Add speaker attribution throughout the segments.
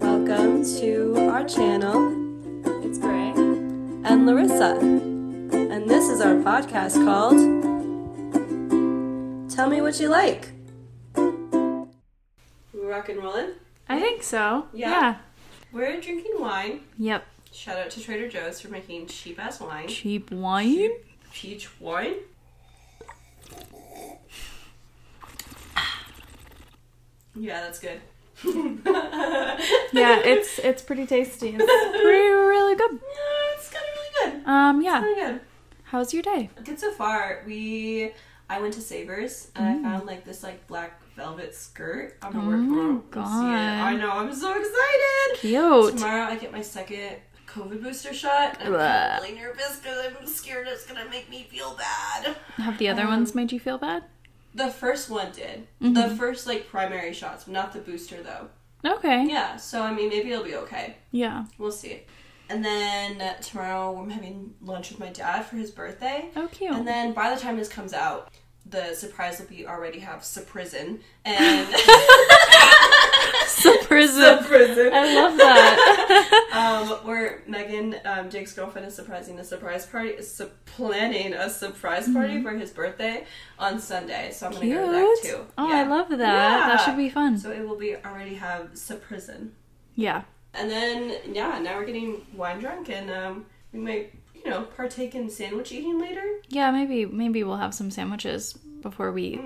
Speaker 1: welcome to our channel
Speaker 2: It's Gray.
Speaker 1: and Larissa. And this is our podcast called Tell Me What You Like. We're rock and rolling.
Speaker 2: I think so.
Speaker 1: Yeah. We're drinking wine.
Speaker 2: Yep.
Speaker 1: Shout out to Trader Joe's for making cheap ass wine.
Speaker 2: Cheap wine.
Speaker 1: Peach wine. Yeah, that's good.
Speaker 2: Yeah, it's it's pretty tasty. It's pretty really good.
Speaker 1: No, it's kind of really good.
Speaker 2: Um, yeah.
Speaker 1: Really good.
Speaker 2: How's your day?
Speaker 1: Good so far. We I went to Savers and I found like this like black velvet skirt. I'm gonna wear it
Speaker 2: Mm. Oh my
Speaker 1: tomorrow. You'll see it.
Speaker 2: God.
Speaker 1: I know. I'm so excited.
Speaker 2: Cute.
Speaker 1: Tomorrow I get my second COVID booster shot. And I'm
Speaker 2: Blah.
Speaker 1: really nervous because I'm scared it's gonna make me feel bad.
Speaker 2: Have the other
Speaker 1: um,
Speaker 2: ones made you feel bad?
Speaker 1: The first one did. The
Speaker 2: Mm-hmm.
Speaker 1: first like primary shots, not the booster though.
Speaker 2: Okay.
Speaker 1: Yeah. So I mean, maybe it'll be okay.
Speaker 2: Yeah.
Speaker 1: We'll see. And then uh, tomorrow I'm having lunch with my dad for his birthday.
Speaker 2: Oh, cute.
Speaker 1: And then by the time this comes out, the surprise will be already have prison and
Speaker 2: Surprise.
Speaker 1: prison.
Speaker 2: I love that.
Speaker 1: Um, where Megan, um, Jake's girlfriend, is surprising a surprise party, is su- planning a surprise party for his birthday on Sunday. So I'm gonna
Speaker 2: Mm-hmm.
Speaker 1: go
Speaker 2: Cute.
Speaker 1: to that too.
Speaker 2: Oh, I
Speaker 1: Yeah.
Speaker 2: love that.
Speaker 1: Yeah.
Speaker 2: That should be fun.
Speaker 1: So it will be already have prison.
Speaker 2: yeah.
Speaker 1: And then yeah, now we're getting wine drunk and um, we might you know partake in sandwich eating later.
Speaker 2: Yeah, maybe maybe we'll have some sandwiches before we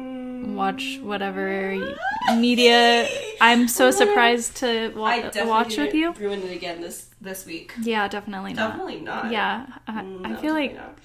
Speaker 2: watch whatever media. I'm so surprised to
Speaker 1: Mm. I
Speaker 2: wa-
Speaker 1: definitely
Speaker 2: watch with you.
Speaker 1: ruined it again this this week.
Speaker 2: Yeah, definitely not.
Speaker 1: Definitely not.
Speaker 2: Yeah, I, I
Speaker 1: No,
Speaker 2: feel like
Speaker 1: definitely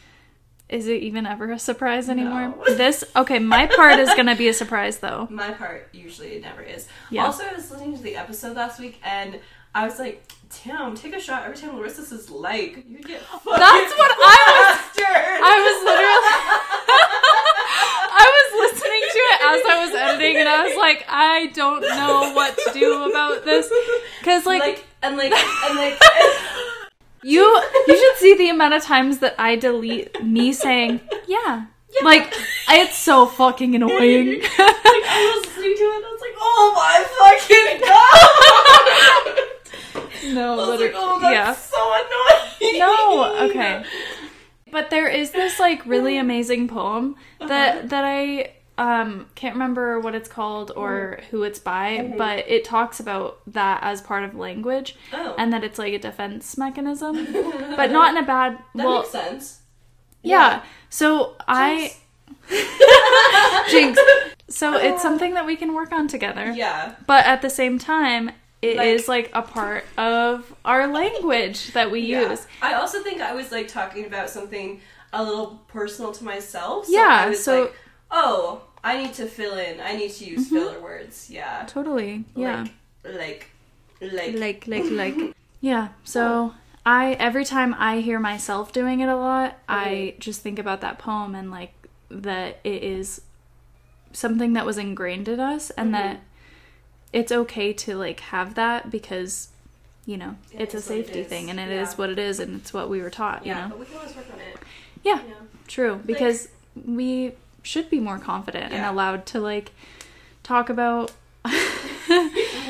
Speaker 1: not.
Speaker 2: is it even ever a surprise anymore?
Speaker 1: No.
Speaker 2: This okay, my part is gonna be a surprise though.
Speaker 1: my part usually it never is.
Speaker 2: Yeah.
Speaker 1: Also, I was listening to the episode last week and I was like, "Damn, take a shot every time Larissa says like." You get fucking
Speaker 2: That's what I was.
Speaker 1: bastard.
Speaker 2: I was literally. I was listening to it as I was editing, and I was like, I don't know what to do about this, because
Speaker 1: like,
Speaker 2: like
Speaker 1: and like and like.
Speaker 2: You you should see the amount of times that I delete me saying, yeah. Like it's so fucking annoying.
Speaker 1: Like, I was listening to it and I was like, "Oh my fucking god!"
Speaker 2: no,
Speaker 1: I was like,
Speaker 2: literally.
Speaker 1: "Oh, that's
Speaker 2: yeah.
Speaker 1: so annoying."
Speaker 2: No, okay. But there is this like really amazing poem
Speaker 1: Uh-huh.
Speaker 2: that that I um can't remember what it's called or
Speaker 1: Mm-hmm.
Speaker 2: who it's by, but it talks about that as part of language
Speaker 1: Oh,
Speaker 2: and that it's like a defense mechanism, but not in a bad
Speaker 1: that
Speaker 2: well
Speaker 1: makes sense.
Speaker 2: Yeah. So I Jinx. So it's something that we can work on together.
Speaker 1: Yeah.
Speaker 2: But at the same time, it is
Speaker 1: Like-
Speaker 2: like, a part of our language that we
Speaker 1: Yeah.
Speaker 2: use.
Speaker 1: I also think I was like talking about something a little personal to myself. So
Speaker 2: Yeah,
Speaker 1: I was
Speaker 2: so-
Speaker 1: like, oh, I need to fill in. I need to use filler words. Yeah.
Speaker 2: Totally. Yeah.
Speaker 1: Like, like, like,
Speaker 2: Like like like. yeah. So I every time I hear myself doing it a lot, I just think about that poem and like that it is something that was ingrained in us and
Speaker 1: Mm-hmm.
Speaker 2: that it's okay to like have that because you know,
Speaker 1: It
Speaker 2: it's a
Speaker 1: is what it
Speaker 2: safety
Speaker 1: is.
Speaker 2: thing and it is
Speaker 1: Yeah.
Speaker 2: what it is and it's what we were taught,
Speaker 1: yeah.
Speaker 2: you know.
Speaker 1: But we can always work on it.
Speaker 2: Yeah,
Speaker 1: Yeah.
Speaker 2: true. Because we should be more confident
Speaker 1: Yeah.
Speaker 2: and allowed to like talk about.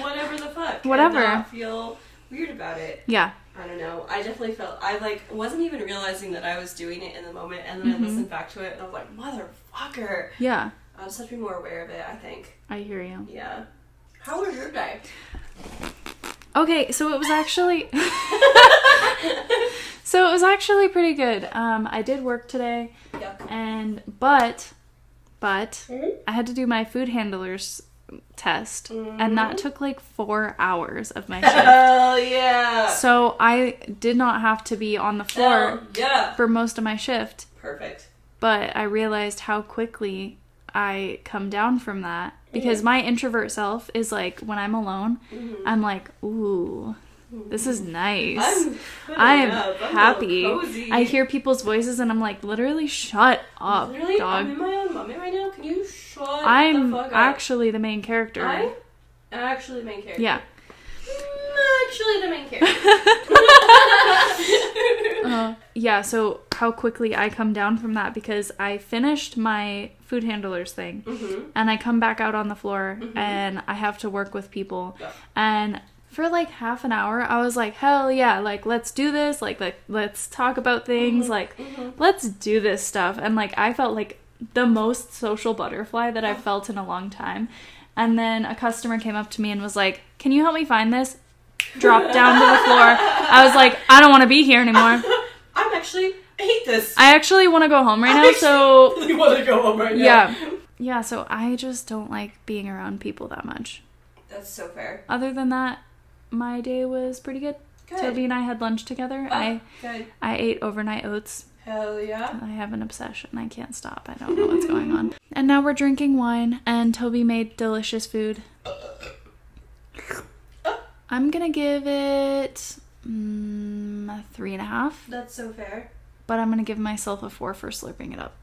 Speaker 1: Whatever the fuck. and
Speaker 2: Whatever.
Speaker 1: not feel weird about it.
Speaker 2: yeah,
Speaker 1: I don't know. I definitely felt I like wasn't even realizing that I was doing it in the moment, and then
Speaker 2: Mm-hmm.
Speaker 1: I listened back to it and I was like, motherfucker.
Speaker 2: yeah,
Speaker 1: I just have to be more aware of it. I think.
Speaker 2: I hear you.
Speaker 1: Yeah. How was your day?
Speaker 2: Okay, so it was actually. so it was actually pretty good. Um, I did work today,
Speaker 1: Yeah.
Speaker 2: and but, but
Speaker 1: Mhm.
Speaker 2: I had to do my food handlers test, and that took like four hours of my shift.
Speaker 1: Hell yeah.
Speaker 2: so I did not have to be on the floor
Speaker 1: Hell yeah.
Speaker 2: for most of my shift.
Speaker 1: Perfect.
Speaker 2: but I realized how quickly I come down from that because my introvert self is like when I'm alone, I'm like, ooh, this is nice.
Speaker 1: I'm putting
Speaker 2: I am
Speaker 1: up. I'm a
Speaker 2: happy.
Speaker 1: little cozy.
Speaker 2: I hear people's voices and I'm like, literally, shut up,
Speaker 1: Literally,
Speaker 2: dog.
Speaker 1: I'm in my own moment right now. Can you shut
Speaker 2: I'm
Speaker 1: the fuck up?
Speaker 2: actually the main character.
Speaker 1: I'm actually the main character.
Speaker 2: yeah.
Speaker 1: I'm actually the main character.
Speaker 2: Uh, yeah, so how quickly I come down from that because I finished my food handlers thing
Speaker 1: mm-hmm.
Speaker 2: and I come back out on the floor and I have to work with people.
Speaker 1: Yeah.
Speaker 2: And for like half an hour i was like hell yeah like let's do this like, like let's talk about things
Speaker 1: Mm-hmm.
Speaker 2: like let's do this stuff and like i felt like the most social butterfly that i've felt in a long time and then a customer came up to me and was like can you help me find this dropped down to the floor i was like i don't want to be here anymore
Speaker 1: I'm actually I hate this.
Speaker 2: i actually want to go home right now so
Speaker 1: you want to go home right now.
Speaker 2: yeah yeah so i just don't like being around people that much
Speaker 1: That's so fair.
Speaker 2: other than that my day was pretty good
Speaker 1: Good.
Speaker 2: Toby and I had lunch together. I
Speaker 1: Good.
Speaker 2: I ate overnight oats.
Speaker 1: Hell yeah.
Speaker 2: I have an obsession. I can't stop. I don't know what's going on. And now we're drinking wine and Toby made delicious food. I'm gonna give it mm, a three and a half,
Speaker 1: That's so fair.
Speaker 2: but I'm gonna give myself a four for slurping it up.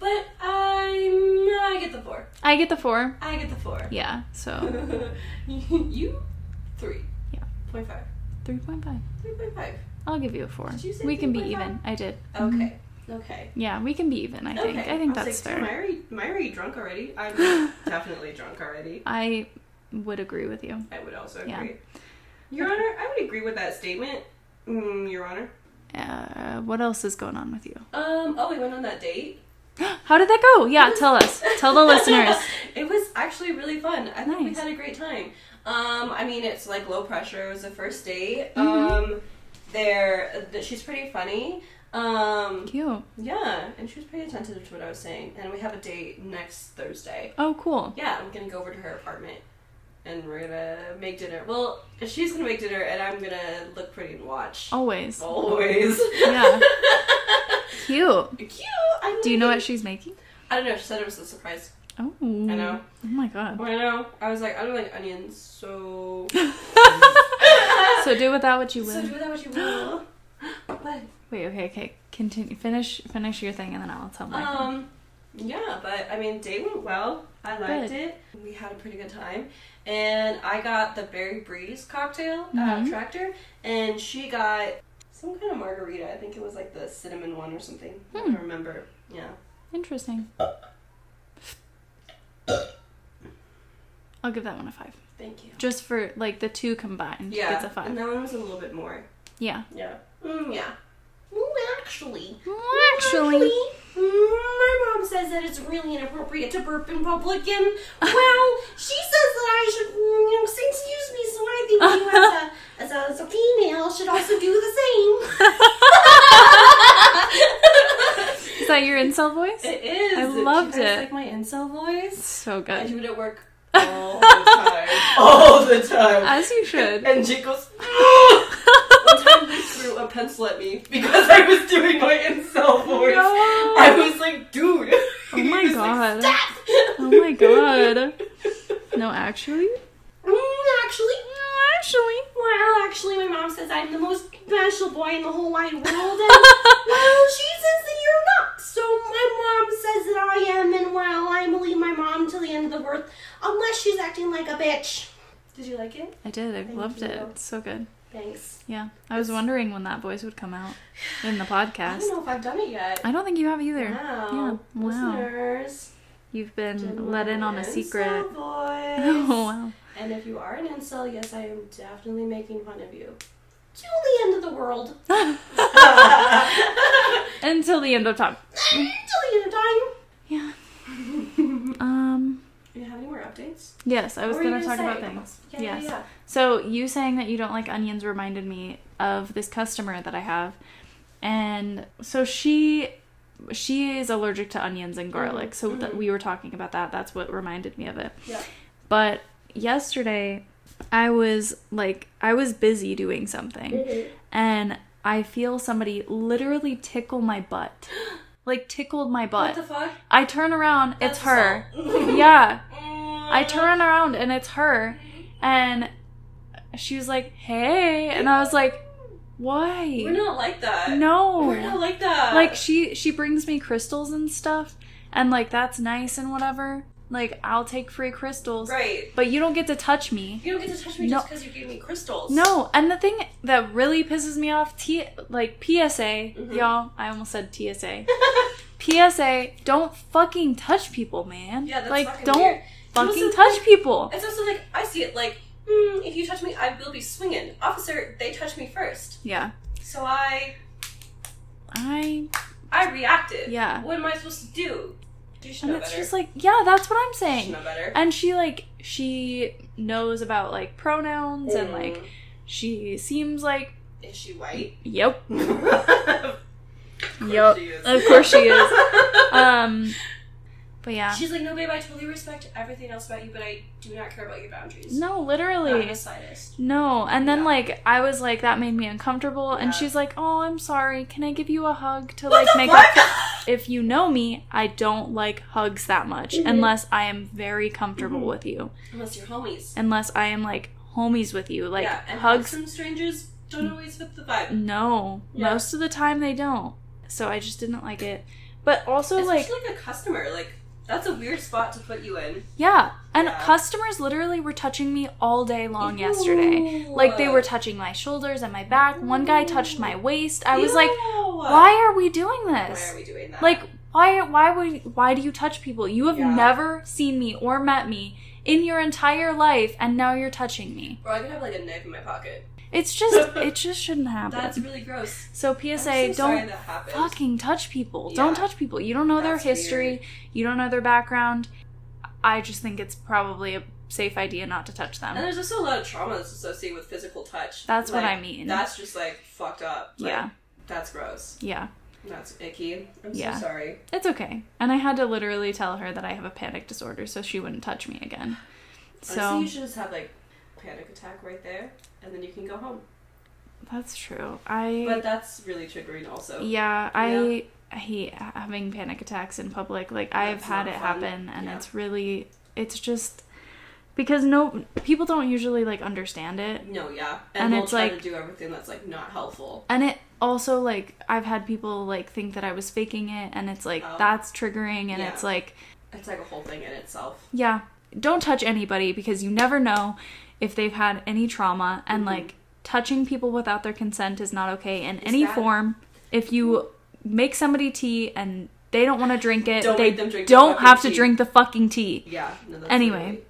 Speaker 1: But I'm I get the four.
Speaker 2: I get the four.
Speaker 1: I get the four.
Speaker 2: Yeah, so
Speaker 1: you three.
Speaker 2: Yeah.
Speaker 1: Point five.
Speaker 2: 3.5.
Speaker 1: Three point five.
Speaker 2: I'll give you a four.
Speaker 1: Did you say
Speaker 2: We can be
Speaker 1: 3.5?
Speaker 2: even. I did.
Speaker 1: Okay. Okay.
Speaker 2: Yeah, we can be even, Mm-hmm. I think.
Speaker 1: okay.
Speaker 2: I think
Speaker 1: was
Speaker 2: that's
Speaker 1: like,
Speaker 2: fair.
Speaker 1: Am I already, am I already drunk already? I'm definitely drunk already.
Speaker 2: I would agree with you.
Speaker 1: I would also agree.
Speaker 2: Yeah.
Speaker 1: Your Honor, I would agree with that statement. Mm, Your Honor.
Speaker 2: Uh, what else is going on with you?
Speaker 1: Um. Oh, we went on that date.
Speaker 2: How did that go? Yeah, tell us. Tell the listeners.
Speaker 1: It was actually really fun. I think
Speaker 2: Nice.
Speaker 1: we had a great time. Um, I mean, it's like low pressure. It was the first date.
Speaker 2: Mm-hmm.
Speaker 1: Um, there, th- she's pretty funny. Um,
Speaker 2: Cute.
Speaker 1: yeah, and she was pretty attentive to what I was saying. And we have a date next Thursday.
Speaker 2: Oh, cool.
Speaker 1: Yeah, I'm gonna go over to her apartment, and we're gonna make dinner. Well, she's gonna make dinner, and I'm gonna look pretty and watch.
Speaker 2: Always.
Speaker 1: Always.
Speaker 2: Yeah. Cute.
Speaker 1: Cute. I
Speaker 2: Do you know
Speaker 1: like
Speaker 2: what
Speaker 1: it.
Speaker 2: she's making?
Speaker 1: I don't know. She said it was a surprise.
Speaker 2: Oh. I
Speaker 1: know.
Speaker 2: Oh my god.
Speaker 1: I know. I was like, I don't like onions, so
Speaker 2: So do without what you
Speaker 1: so
Speaker 2: will.
Speaker 1: do that what you will. but
Speaker 2: Wait. Okay. Okay. Continue. Finish. Finish your thing, and then I'll tell mine.
Speaker 1: um, yeah. But I mean, day went well. I liked
Speaker 2: Good.
Speaker 1: it. We had a pretty good time, and I got the Berry Breeze cocktail uh,
Speaker 2: Mhm.
Speaker 1: tractor, and she got some kind of margarita. I think it was like the cinnamon one or something. I
Speaker 2: Hmm.
Speaker 1: don't remember. Yeah.
Speaker 2: Interesting. I'll give that one a five.
Speaker 1: Thank you.
Speaker 2: Just for like the two combined.
Speaker 1: Yeah.
Speaker 2: It's a
Speaker 1: And
Speaker 2: five.
Speaker 1: that one was a little bit more.
Speaker 2: Yeah.
Speaker 1: Yeah. Mm, yeah. Well, actually.
Speaker 2: Actually.
Speaker 1: my mom says that it's really inappropriate to burp in public, and well, she says that I should, mm, you know, say excuse me. So I think you, as a, as a, as a female, should also do the same.
Speaker 2: Is that your incel voice?
Speaker 1: It is.
Speaker 2: I loved
Speaker 1: She does,
Speaker 2: it.
Speaker 1: Like my incel voice.
Speaker 2: So
Speaker 1: I
Speaker 2: good.
Speaker 1: do it at work all the time. all the time.
Speaker 2: As you should.
Speaker 1: And Jake goes. "Ah!" One time he threw a pencil at me because I was doing my incel voice.
Speaker 2: No.
Speaker 1: I was like, dude.
Speaker 2: Oh my
Speaker 1: He was Like,
Speaker 2: God.
Speaker 1: Stop.
Speaker 2: Oh my god. No, actually.
Speaker 1: Mm, actually,
Speaker 2: Actually.
Speaker 1: well, actually, my mom says I'm the most special boy in the whole wide world. And, well, she says that you're not. So my mom says that I am, and well, I believe my mom till the end of the earth, unless she's acting like a bitch. Did you like it?
Speaker 2: I did. I
Speaker 1: Thank
Speaker 2: loved it.
Speaker 1: you.
Speaker 2: It's so good.
Speaker 1: Thanks.
Speaker 2: Yeah. I was wondering when that voice would come out in the
Speaker 1: I don't
Speaker 2: podcast.
Speaker 1: know if I've done it yet.
Speaker 2: I don't think you have either.
Speaker 1: Wow.
Speaker 2: Yeah, wow.
Speaker 1: Listeners.
Speaker 2: You've been let in on a
Speaker 1: Incel Boys.
Speaker 2: secret. Oh wow.
Speaker 1: And if you are an incel, yes, I am definitely making fun of you. Till the end of the world.
Speaker 2: Until the end of time.
Speaker 1: Till the end of time.
Speaker 2: Yeah. Um
Speaker 1: Do you have any more updates?
Speaker 2: yes, I was
Speaker 1: What were you
Speaker 2: gonna
Speaker 1: gonna
Speaker 2: talk about
Speaker 1: say?
Speaker 2: things.
Speaker 1: Yeah,
Speaker 2: yes.
Speaker 1: yeah,
Speaker 2: So you saying that you don't like onions reminded me of this customer that I have. And so she she is allergic to onions and garlic. So th- we were talking about that. That's what reminded me of it.
Speaker 1: Mm-hmm. yeah.
Speaker 2: But yesterday I was like I was busy doing something
Speaker 1: Mm-hmm.
Speaker 2: and I feel somebody literally tickle my butt. Like tickled my
Speaker 1: What
Speaker 2: butt.
Speaker 1: the fuck?
Speaker 2: I turn around,
Speaker 1: That's Mm.
Speaker 2: it's her.
Speaker 1: assault.
Speaker 2: yeah. I turn around and it's her. And she was like, hey. And I was like, why?
Speaker 1: We're not like that. We're not
Speaker 2: no.
Speaker 1: like that.
Speaker 2: Like she she brings me crystals and stuff and like that's nice and whatever. Like I'll take free crystals.
Speaker 1: right.
Speaker 2: But you don't get to touch me.
Speaker 1: You don't get to touch me
Speaker 2: No.
Speaker 1: just because you gave me crystals.
Speaker 2: No, and the thing
Speaker 1: Mm-hmm.
Speaker 2: that really pisses me off, T like PSA, y'all, I almost said TSA. PSA: Don't fucking touch people, man.
Speaker 1: Yeah, that's
Speaker 2: like
Speaker 1: fucking
Speaker 2: don't
Speaker 1: weird.
Speaker 2: fucking
Speaker 1: also,
Speaker 2: touch people.
Speaker 1: It's also like I see it like, hmm, if you touch me, I will be swinging. Officer, they touched me first,
Speaker 2: Yeah,
Speaker 1: so I
Speaker 2: I
Speaker 1: I reacted.
Speaker 2: Yeah.
Speaker 1: What am I supposed to do? You should
Speaker 2: and
Speaker 1: know
Speaker 2: it's
Speaker 1: better.
Speaker 2: just like yeah, that's what I'm
Speaker 1: you should
Speaker 2: saying.
Speaker 1: know better.
Speaker 2: And she like she knows about like pronouns and like
Speaker 1: Mm.
Speaker 2: she seems like
Speaker 1: is she white?
Speaker 2: yep
Speaker 1: Of course
Speaker 2: yep
Speaker 1: she is.
Speaker 2: of course she is. Um, but yeah,
Speaker 1: She's like, no, babe, I totally respect everything else about you, but I do not care about your boundaries.
Speaker 2: no,
Speaker 1: Not in
Speaker 2: literally.
Speaker 1: the slightest.
Speaker 2: No, and then
Speaker 1: Yeah.
Speaker 2: like I was like that made me uncomfortable,
Speaker 1: Yeah.
Speaker 2: and she's like, "Oh, I'm sorry. Can I give you a hug to
Speaker 1: What
Speaker 2: like
Speaker 1: the
Speaker 2: make
Speaker 1: fuck?
Speaker 2: up?" If you know me, I don't like hugs that much
Speaker 1: Mm-hmm.
Speaker 3: Mhm.
Speaker 2: unless I am very comfortable with you.
Speaker 1: Unless you're homies.
Speaker 2: Unless I am like homies with you, like
Speaker 1: yeah, and
Speaker 2: hugs.
Speaker 1: Some strangers don't always fit the vibe.
Speaker 2: No,
Speaker 1: Yeah.
Speaker 2: most of the time they don't. So I just didn't like it. But also like
Speaker 1: Especially like, a customer, like that's a weird spot to put you in.
Speaker 2: yeah, and
Speaker 1: Yeah.
Speaker 2: customers literally were touching me all day long yesterday. Like they were touching my shoulders and my back. One guy touched my waist. I was like, "Why are we doing
Speaker 1: Why
Speaker 2: this?
Speaker 1: are we doing that?
Speaker 2: Like why why would why do you touch people? You have
Speaker 1: Yeah.
Speaker 2: never seen me or met me in your entire life and now you're touching me.
Speaker 1: or I could have like a knife in my pocket.
Speaker 2: It's just it just shouldn't happen.
Speaker 1: That's really gross.
Speaker 2: so
Speaker 1: I'm
Speaker 2: PSA
Speaker 1: so sorry
Speaker 2: don't
Speaker 1: that happened.
Speaker 2: fucking touch people.
Speaker 1: Yeah.
Speaker 2: Don't touch people. You don't know
Speaker 1: That's
Speaker 2: their history.
Speaker 1: weird.
Speaker 2: You don't know their background. I just think it's probably a safe idea not to touch
Speaker 1: And
Speaker 2: them.
Speaker 1: there's also a lot of trauma that's associated with physical touch.
Speaker 2: That's what
Speaker 1: Like,
Speaker 2: I mean.
Speaker 1: That's just like fucked up. Like,
Speaker 2: Yeah.
Speaker 1: That's gross.
Speaker 2: Yeah.
Speaker 1: That's icky. I'm
Speaker 2: Yeah.
Speaker 1: so sorry.
Speaker 2: It's okay. And I had to literally tell her that I have a panic disorder so she wouldn't touch me again.
Speaker 1: Honestly,
Speaker 2: So
Speaker 1: Oh, you should just have like panic attack right there, and then you can go home.
Speaker 2: that's true. I
Speaker 1: But that's really triggering, also.
Speaker 2: yeah, I I hate ha- having panic attacks in public. Like I've
Speaker 1: That's
Speaker 2: had
Speaker 1: not
Speaker 2: it
Speaker 1: fun.
Speaker 2: happen and
Speaker 1: Yeah.
Speaker 2: it's really it's just because no people don't usually like understand it.
Speaker 1: No, yeah,
Speaker 2: And
Speaker 1: and, they'll
Speaker 2: it's
Speaker 1: try
Speaker 2: like-
Speaker 1: to do everything that's like not helpful.
Speaker 2: And it also like I've had people like think that I was faking it and it's like
Speaker 1: Oh.
Speaker 2: that's triggering and
Speaker 1: Yeah.
Speaker 2: it's like
Speaker 1: It's like a whole thing in itself.
Speaker 2: yeah, don't touch anybody because you never know if they've had any trauma and
Speaker 1: Mm-hmm.
Speaker 2: like touching people without their consent is not okay in any
Speaker 1: bad.
Speaker 2: form. If you make somebody tea and they don't want to drink it,
Speaker 1: Don't
Speaker 2: they
Speaker 1: make them drink the
Speaker 2: don't
Speaker 1: fucking
Speaker 2: have to
Speaker 1: tea.
Speaker 2: drink the fucking tea.
Speaker 1: Yeah. No, that's
Speaker 2: Anyway,
Speaker 1: literally-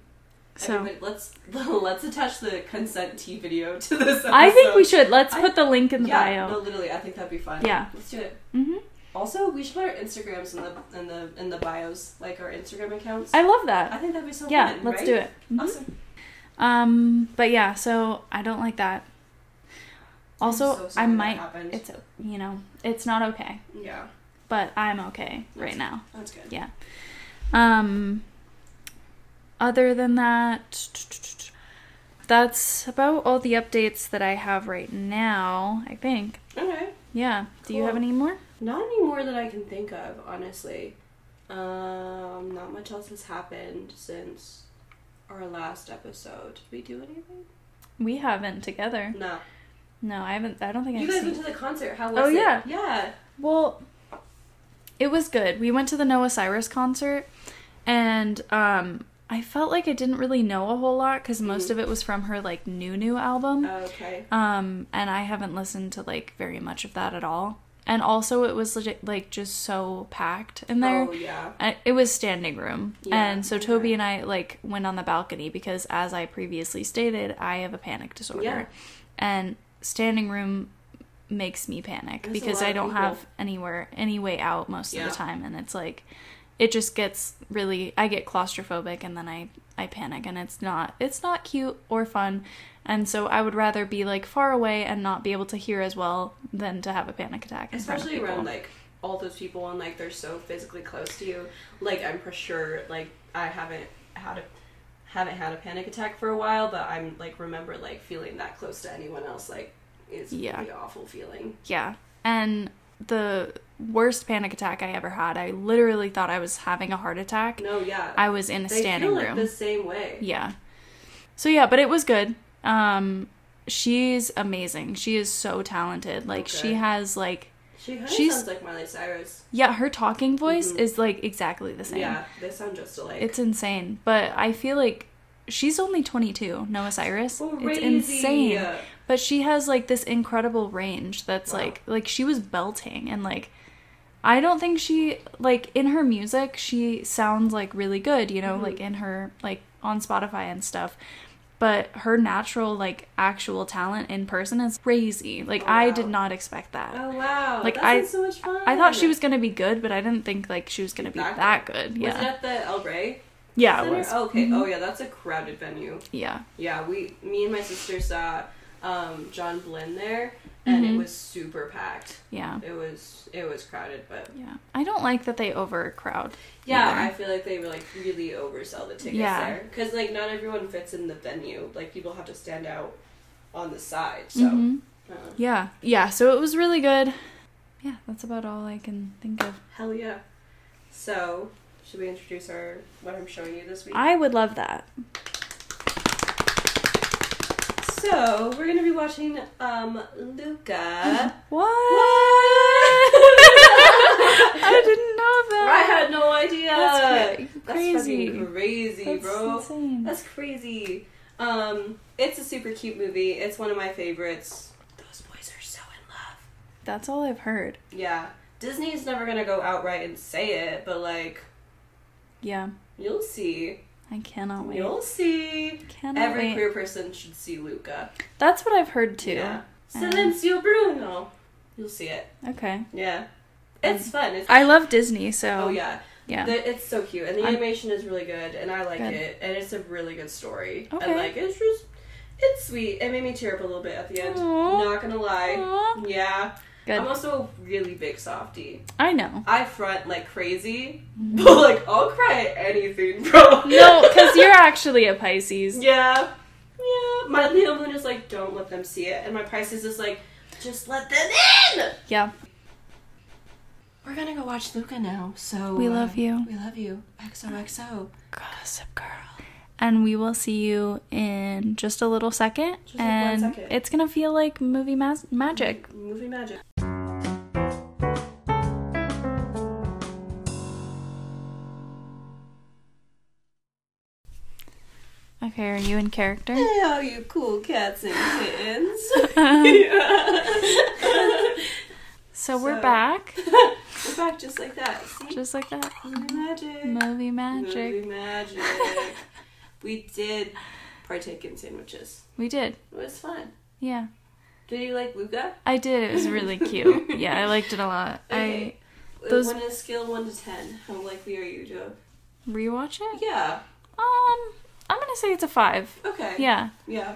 Speaker 2: so-
Speaker 1: Everybody- let's let's attach the consent tea video to this. Episode.
Speaker 2: I think we should. Let's
Speaker 1: I-
Speaker 2: put the link in the
Speaker 1: yeah,
Speaker 2: bio.
Speaker 1: No, literally, I think that'd be fun.
Speaker 2: Yeah.
Speaker 1: Let's do it.
Speaker 2: hmm
Speaker 1: Also, we should put our Instagrams in the in the in the bios, like our Instagram accounts.
Speaker 2: I love
Speaker 1: I
Speaker 2: that.
Speaker 1: think that'd be so
Speaker 2: Yeah,
Speaker 1: fun.
Speaker 2: let's
Speaker 1: right?
Speaker 2: do it. Mhm.
Speaker 1: Awesome.
Speaker 2: Um, but yeah, so I don't like that. Also,
Speaker 1: I'm so
Speaker 2: I
Speaker 1: sorry that
Speaker 2: might.
Speaker 1: happened.
Speaker 2: It's you know, it's not okay,
Speaker 1: Yeah,
Speaker 2: but I'm okay
Speaker 1: That's-
Speaker 2: right now.
Speaker 1: that's good.
Speaker 2: Yeah. Um other than that that's about all the updates that I have right now, I think.
Speaker 1: Okay.
Speaker 2: Yeah. Do you have
Speaker 1: Cool.
Speaker 2: any more?
Speaker 1: Not any more that I can think of, honestly. Um, not much else has happened since our last episode. Did we do anything?
Speaker 2: We haven't together.
Speaker 1: No.
Speaker 2: No, I haven't I don't think
Speaker 1: You
Speaker 2: I've
Speaker 1: guys
Speaker 2: seen.
Speaker 1: went to the concert. How was
Speaker 2: Oh,
Speaker 1: it?
Speaker 2: yeah.
Speaker 1: Yeah.
Speaker 2: well, it was good. We went to the Noah Cyrus concert and um I felt like I didn't really know a whole lot cuz most
Speaker 1: Mhm.
Speaker 2: of it was from her like new new album.
Speaker 1: Oh, Okay.
Speaker 2: Um, and I haven't listened to like very much of that at all. And also, it was legit, like just so packed in there.
Speaker 1: Oh yeah.
Speaker 2: I- It was standing room,
Speaker 1: Yeah, Mm-hmm.
Speaker 2: and so
Speaker 1: okay.
Speaker 2: Toby and I like went on the balcony because, as I previously stated, I have a panic disorder,
Speaker 1: Yeah.
Speaker 2: and standing room makes me panic
Speaker 1: That's a
Speaker 2: because
Speaker 1: lot
Speaker 2: I
Speaker 1: of
Speaker 2: don't
Speaker 1: people.
Speaker 2: have anywhere any way out most
Speaker 1: Yeah.
Speaker 2: of the time, and it's like it just gets really I get claustrophobic and then I I panic and it's not it's not cute or fun. And so I would rather be like far away and not be able to hear as well than to have a panic attack. in front of
Speaker 1: Especially around
Speaker 2: people.
Speaker 1: like all those people and like they're so physically close to you. Like I'm for sure like I haven't had a haven't had a panic attack for a while, but I'm like remember like feeling that close to anyone else like is
Speaker 2: Yeah.
Speaker 1: the awful feeling.
Speaker 2: Yeah. And the worst panic attack I ever had, I literally thought I was having a heart attack.
Speaker 1: No, yeah.
Speaker 2: I was in a
Speaker 1: they
Speaker 2: standing
Speaker 1: feel like
Speaker 2: room.
Speaker 1: the same way.
Speaker 2: Yeah. So yeah, but it was good. Um she's amazing. She is so talented. Like she
Speaker 1: Okay.
Speaker 2: has like
Speaker 1: She kind of
Speaker 2: She's-
Speaker 1: sounds like Miley Cyrus.
Speaker 2: yeah, her talking voice
Speaker 1: Mhm.
Speaker 2: is like exactly the same.
Speaker 1: Yeah, they sound just alike.
Speaker 2: It's insane. But I feel like she's only 22, Noah Cyrus. It's
Speaker 1: Crazy.
Speaker 2: insane.
Speaker 1: Oh,
Speaker 2: But she has like this incredible range that's
Speaker 1: Wow.
Speaker 2: like like she was belting and like I don't think she like in her music she sounds like really good, you know,
Speaker 1: Mm-hmm.
Speaker 2: like in her like on Spotify and stuff. But her natural like actual talent in person is crazy. Like I
Speaker 1: wow.
Speaker 2: did not expect that.
Speaker 1: Oh wow!
Speaker 2: Like,
Speaker 1: Like that
Speaker 2: I-
Speaker 1: I, so much fun.
Speaker 2: I thought she was gonna be good, but I didn't think like she was gonna be
Speaker 1: That
Speaker 2: that
Speaker 1: Was
Speaker 2: good.
Speaker 1: it
Speaker 2: Yeah,
Speaker 1: at the El Rey?
Speaker 2: yeah, it
Speaker 1: Center?
Speaker 2: was. Mm-hmm.
Speaker 1: Oh, okay. Oh yeah, that's a crowded venue.
Speaker 2: Yeah,
Speaker 1: Yeah, we, me and my sister saw um, John Blinn there, and
Speaker 2: Mhm.
Speaker 1: it was super packed.
Speaker 2: yeah,
Speaker 1: It was it was crowded, but
Speaker 2: yeah. I don't like that they overcrowd.
Speaker 1: yeah,
Speaker 2: either.
Speaker 1: I feel like they were like really oversell the tickets
Speaker 2: Yeah.
Speaker 1: there because like not everyone fits in the venue. Like people have to stand out on the side. So
Speaker 2: Mhm.
Speaker 1: uh,
Speaker 2: Yeah, yeah. So it was really good. Yeah, that's about all I can think of.
Speaker 1: hell yeah. So should we introduce our what I'm showing you this week?
Speaker 2: I would love that.
Speaker 1: So we're gonna be watching um Luca.
Speaker 2: What?
Speaker 1: What?
Speaker 2: I didn't know
Speaker 1: I
Speaker 2: that.
Speaker 1: had no idea.
Speaker 2: That's cra-
Speaker 1: crazy.
Speaker 2: crazy.
Speaker 1: crazy,
Speaker 2: That's
Speaker 1: bro.
Speaker 2: insane.
Speaker 1: That's crazy. Um, it's a super cute movie. It's one of my favorites. Those boys are so in love.
Speaker 2: That's all I've heard.
Speaker 1: Yeah. Disney's never gonna go outright and say it, but like,
Speaker 2: Yeah,
Speaker 1: you'll see.
Speaker 2: I cannot wait.
Speaker 1: You'll see.
Speaker 2: Cannot
Speaker 1: Every
Speaker 2: wait.
Speaker 1: queer person should see Luca.
Speaker 2: That's what I've heard too.
Speaker 1: Yeah.
Speaker 2: Um,
Speaker 1: Silencio Bruno. You'll see it.
Speaker 2: Okay.
Speaker 1: Yeah. It's fun. It's
Speaker 2: Um, I love Disney,
Speaker 1: Oh
Speaker 2: so
Speaker 1: yeah,
Speaker 2: yeah.
Speaker 1: The- it's so cute, and the
Speaker 2: I'm-
Speaker 1: animation is really good, and I like
Speaker 2: Good.
Speaker 1: it, and it's a really good story.
Speaker 2: Okay.
Speaker 1: And like it's just, it's sweet. It made me tear up a little bit at the end.
Speaker 2: Aw.
Speaker 1: Not gonna lie.
Speaker 2: Aw.
Speaker 1: Yeah,
Speaker 2: Good.
Speaker 1: I'm also a really big softie.
Speaker 2: I know.
Speaker 1: I front like crazy, but like I'll cry at anything, bro.
Speaker 2: Mm-hmm. No, because you're actually a Pisces.
Speaker 1: yeah, yeah. My Leo moon is like, don't let them see it, and my Pisces is like, just let them in.
Speaker 2: Yeah.
Speaker 1: We're gonna go watch Luca now. So uh,
Speaker 2: We love you.
Speaker 1: We love you. XOXO.
Speaker 2: Gossip Girl. And we will see you in just a little second.
Speaker 1: Just like one
Speaker 2: and
Speaker 1: second.
Speaker 2: it's going to feel like movie mas- magic.
Speaker 1: Movie magic.
Speaker 2: Okay, are you in character?
Speaker 1: Hey, all you cool cats and kittens.
Speaker 2: so we're
Speaker 1: So-
Speaker 2: back.
Speaker 1: We're back just like that. See?
Speaker 2: Just like that.
Speaker 1: Movie magic.
Speaker 2: Movie magic.
Speaker 1: Movie magic. we did partake in sandwiches.
Speaker 2: We did.
Speaker 1: It was fun.
Speaker 2: Yeah.
Speaker 1: Did you like Luca?
Speaker 2: I did. It was really cute. Yeah, I liked it a lot. I
Speaker 1: Okay.
Speaker 2: Those-
Speaker 1: Uh, One on a scale of 1 to 10, how likely are you to?
Speaker 2: rewatch it.
Speaker 1: Yeah.
Speaker 2: Um, I'm going to say it's a 5.
Speaker 1: Okay.
Speaker 2: Yeah.
Speaker 1: Yeah.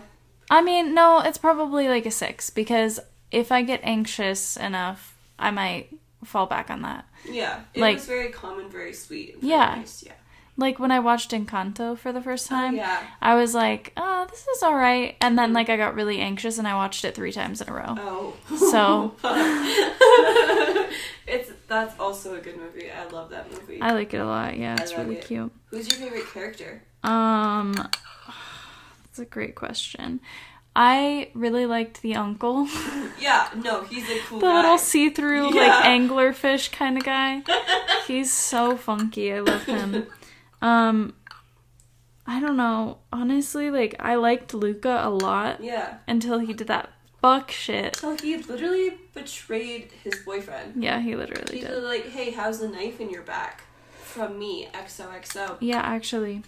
Speaker 2: I mean, no, it's probably like a six because if I get anxious enough, I might fall back on that.
Speaker 1: Yeah. It
Speaker 2: Like-
Speaker 1: was very calm and very sweet. Very
Speaker 2: Yeah.
Speaker 1: Nice. Yeah.
Speaker 2: Like when I watched Encanto for the first time,
Speaker 1: Yeah.
Speaker 2: I was like, oh, this is all right. And then, like, I got really anxious and I watched it three times in a row.
Speaker 1: Oh.
Speaker 2: So-
Speaker 1: it's that's also a good movie. I love that movie.
Speaker 2: I like it a lot. Yeah, it's
Speaker 1: love
Speaker 2: really
Speaker 1: it.
Speaker 2: cute.
Speaker 1: Who's your favorite character?
Speaker 2: Um, that's a great question. I really liked the uncle,
Speaker 1: Yeah, no, he's a cool
Speaker 2: the
Speaker 1: guy.
Speaker 2: little see through,
Speaker 1: Yeah.
Speaker 2: like, anglerfish kind of guy. He's so funky. I love him. Um I don't know. Honestly, like I liked Luca a lot
Speaker 1: yeah.
Speaker 2: until he did that buck shit.
Speaker 1: So he literally betrayed his boyfriend.
Speaker 2: Yeah, he literally
Speaker 1: He's
Speaker 2: did.
Speaker 1: like, hey, how's the knife in your back? From me, XOXO.
Speaker 2: Yeah, actually.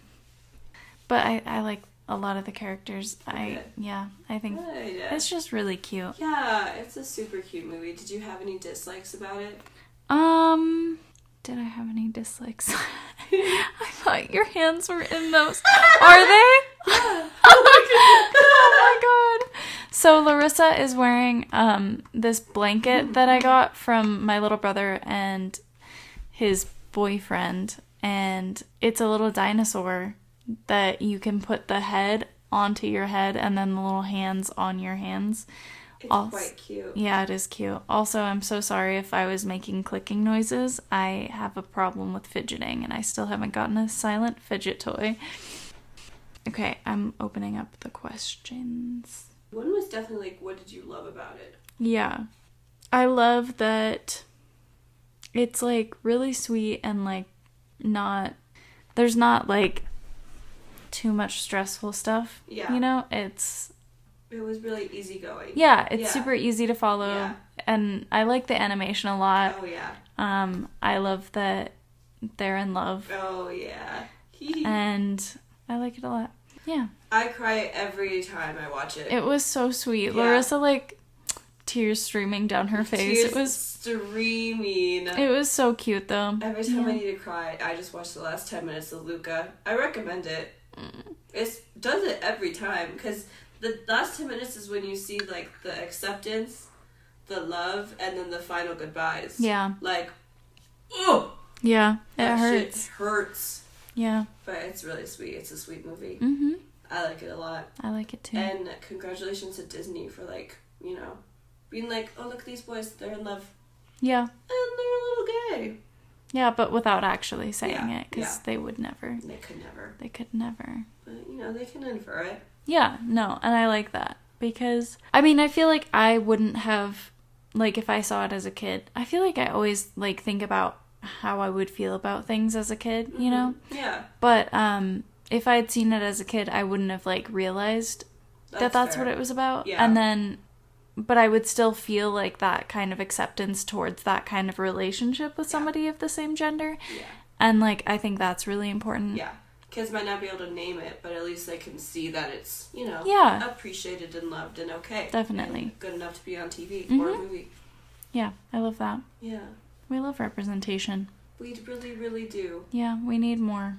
Speaker 2: But I I like a lot of the characters. I
Speaker 1: Okay.
Speaker 2: yeah, I think
Speaker 1: Good.
Speaker 2: it's just really cute.
Speaker 1: Yeah, it's a super cute movie. Did you have any dislikes about it?
Speaker 2: Um did I have any dislikes? I thought your hands were in those. Are they? oh my god. So Larissa is wearing um this blanket that I got from my little brother and his boyfriend and it's a little dinosaur that you can put the head onto your head and then the little hands on your hands.
Speaker 1: It's
Speaker 2: I'll-
Speaker 1: quite cute.
Speaker 2: Yeah, it is cute. Also, I'm so sorry if I was making clicking noises. I have a problem with fidgeting and I still haven't gotten a silent fidget toy. Okay, I'm opening up the questions.
Speaker 1: One was definitely like, what did you love about it?
Speaker 2: Yeah. I love that it's like really sweet and like not there's not like too much stressful stuff.
Speaker 1: Yeah.
Speaker 2: You know, it's
Speaker 1: It was really easygoing.
Speaker 2: yeah, it's
Speaker 1: Yeah.
Speaker 2: super easy to follow.
Speaker 1: Yeah.
Speaker 2: and I like the animation a lot.
Speaker 1: Oh yeah.
Speaker 2: Um, I love that they're in love,
Speaker 1: Oh yeah.
Speaker 2: and I like it a lot. Yeah,
Speaker 1: I cry every time I watch it.
Speaker 2: it was so sweet.
Speaker 1: Yeah.
Speaker 2: Larissa like tears streaming down her face.
Speaker 1: Tears
Speaker 2: It was
Speaker 1: streaming.
Speaker 2: it was so cute though.
Speaker 1: Every time I
Speaker 2: Yeah.
Speaker 1: need to cry, I just watch the last ten minutes of Luca. I recommend it.
Speaker 2: Mm.
Speaker 1: It does it every time because the last ten minutes is when you see like the acceptance, the love, and then the final goodbyes.
Speaker 2: Yeah,
Speaker 1: Like, oh,
Speaker 2: yeah, it
Speaker 1: that
Speaker 2: hurts.
Speaker 1: Shit hurts.
Speaker 2: Yeah,
Speaker 1: But it's really sweet. It's a sweet movie.
Speaker 2: mm-hmm.
Speaker 1: I like it a lot.
Speaker 2: I like it too.
Speaker 1: And congratulations to Disney for like you know being like, oh look these boys, they're in love
Speaker 2: yeah,
Speaker 1: and they're a little gay.
Speaker 2: yeah, but without actually saying
Speaker 1: Yeah,
Speaker 2: it 'cause it, because
Speaker 1: yeah.
Speaker 2: they would never.
Speaker 1: They could never,
Speaker 2: They could never.
Speaker 1: but you know they can infer it.
Speaker 2: Yeah, no, and I like that because I mean, I feel like I wouldn't have like if I saw it as a kid. I feel like I always like think about how I would feel about things as a kid, you know?
Speaker 1: Yeah.
Speaker 2: But um if I had seen it as a kid, I wouldn't have like realized that that's what it was about.
Speaker 1: Yeah.
Speaker 2: And then but I would still feel like that kind of acceptance towards that kind of relationship with somebody of the same gender.
Speaker 1: Yeah,
Speaker 2: And like I think that's really important.
Speaker 1: yeah. Kids might not be able to name it, but at least they can see that it's you know
Speaker 2: Yeah.
Speaker 1: appreciated and loved and okay.
Speaker 2: Definitely.
Speaker 1: And good enough to be on TV or a
Speaker 2: Mhm.
Speaker 1: movie.
Speaker 2: yeah, I love that.
Speaker 1: Yeah,
Speaker 2: We love representation.
Speaker 1: we really, really do.
Speaker 2: Yeah, we need more.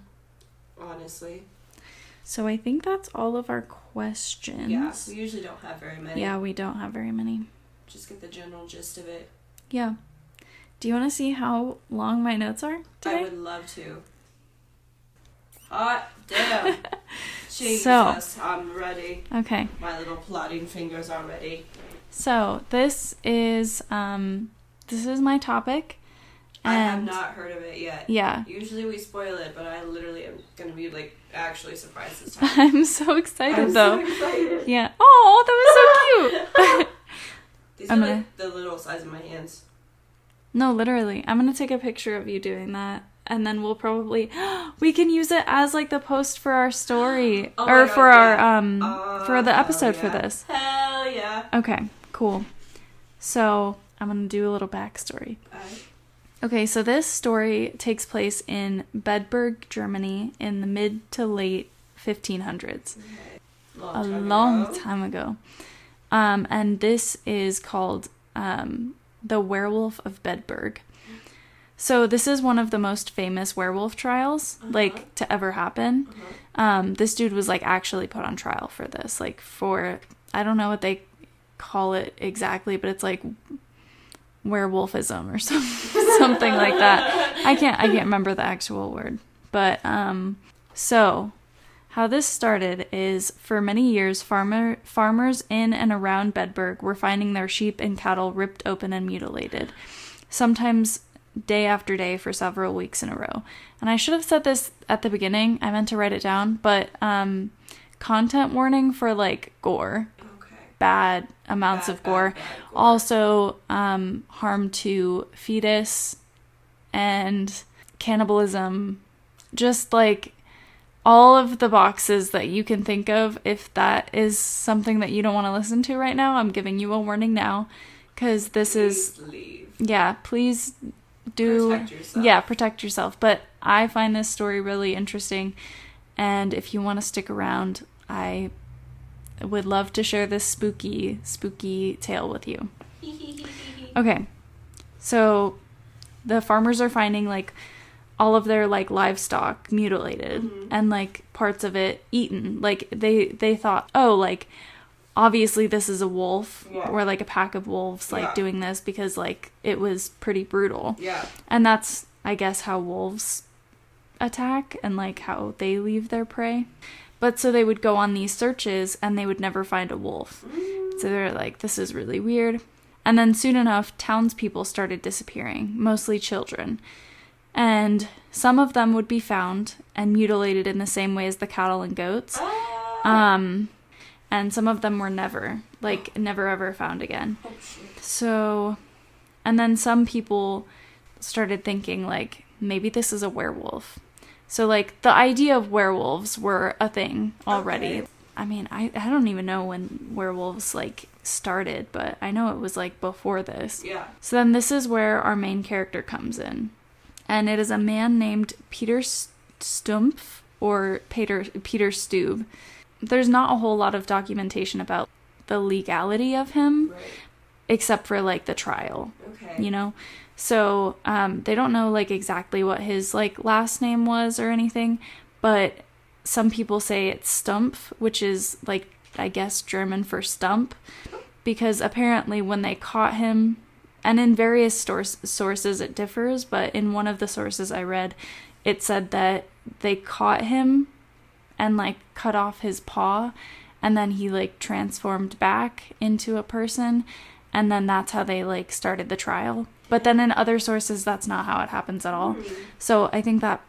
Speaker 1: Honestly,
Speaker 2: So I think that's all of our questions.
Speaker 1: yeah. We usually don't have very many.
Speaker 2: Yeah, we don't have very many.
Speaker 1: Just get the general gist of it.
Speaker 2: Yeah. Do you want to see how long my notes are today?
Speaker 1: I would love to. Hot damn. Jesus, I'm ready.
Speaker 2: Okay.
Speaker 1: My little plotting fingers are ready.
Speaker 2: So this is um this is my topic.
Speaker 1: I have
Speaker 2: And-
Speaker 1: not heard of it yet.
Speaker 2: Yeah.
Speaker 1: Usually we spoil it, but I literally am gonna be like actually surprised this time.
Speaker 2: I'm so excited
Speaker 1: I'm
Speaker 2: though.
Speaker 1: so excited.
Speaker 2: Yeah. Oh, that was so cute.
Speaker 1: These
Speaker 2: I'm
Speaker 1: are
Speaker 2: gonna-
Speaker 1: like the little size of my hands.
Speaker 2: no, literally. I'm going to take a picture of you doing that and then we'll probably we can use it as like the post for our story
Speaker 1: Oh my
Speaker 2: or
Speaker 1: God,
Speaker 2: for our
Speaker 1: yeah.
Speaker 2: um
Speaker 1: Uh,
Speaker 2: for the
Speaker 1: hell
Speaker 2: episode for
Speaker 1: yeah.
Speaker 2: this.
Speaker 1: Hell yeah.
Speaker 2: Okay, cool. So I'm gonna do a little backstory.
Speaker 1: I-
Speaker 2: Okay, so this story takes place in Bedburg, Germany, in the mid to late 1500s,
Speaker 1: long
Speaker 2: a
Speaker 1: time
Speaker 2: long
Speaker 1: ago.
Speaker 2: time ago. Um, and this is called um, The Werewolf of Bedburg. So this is one of the most famous werewolf trials, like to ever happen.
Speaker 1: Uh-huh.
Speaker 2: Um, this dude was like actually put on trial for this, like for I don't know what they call it exactly, but it's like werewolfism or some, something like that. I can't I can't remember the actual word, but um, so how this started is for many years farmer farmers in and around Bedburg were finding their sheep and cattle ripped open and mutilated, sometimes day after day for several weeks in a row. And I should have said this at the beginning. I meant to write it down, but um content warning for like gore,
Speaker 1: Okay.
Speaker 2: bad amounts
Speaker 1: Bad,
Speaker 2: of
Speaker 1: bad,
Speaker 2: gore.
Speaker 1: bad gore.
Speaker 2: Also um harm to fetus and cannibalism. Just like all of the boxes that you can think of if that is something that you don't want to listen to right now, I'm giving you a warning now cuz this is
Speaker 1: Please leave.
Speaker 2: yeah, please do
Speaker 1: Protect yourself.
Speaker 2: yeah, protect yourself. But I find this story really interesting and if you want to stick around, I would love to share this spooky spooky tale with you. Okay. So the farmers are finding like all of their like livestock mutilated
Speaker 1: Mhm.
Speaker 2: and like parts of it eaten. Like they they thought, "Oh, like obviously this is a wolf
Speaker 1: Yeah.
Speaker 2: or like a pack of wolves like
Speaker 1: Yeah.
Speaker 2: doing this because like it was pretty brutal."
Speaker 1: Yeah.
Speaker 2: And that's I guess how wolves attack and like how they leave their prey. But so they would go on these searches and they would never find a wolf.
Speaker 1: Mm.
Speaker 2: So they're like, this is really weird. And then soon enough, townspeople started disappearing, mostly children. And some of them would be found and mutilated in the same way as the cattle and goats.
Speaker 1: Ah.
Speaker 2: Um, and some of them were never, like, never ever found again.
Speaker 1: Oh, shit.
Speaker 2: So, and then some people started thinking, like, maybe this is a werewolf. So, like, the idea of werewolves were a thing already.
Speaker 1: Okay.
Speaker 2: I mean, I, I don't even know when werewolves, like, started, but I know it was like before this.
Speaker 1: Yeah.
Speaker 2: So then this is where our main character comes in. And it is a man named Peter S- Stumpf or Peter Peter Stube. There's not a whole lot of documentation about the legality of him
Speaker 1: Right.
Speaker 2: except for like the trial,
Speaker 1: Okay.
Speaker 2: you know. So, um they don't know like exactly what his like last name was or anything, but some people say it's Stumpf, which is like I guess German for stump because apparently when they caught him and in various source, sources it differs but in one of the sources i read it said that they caught him and like cut off his paw and then he like transformed back into a person and then that's how they like started the trial but then in other sources that's not how it happens at all so i think that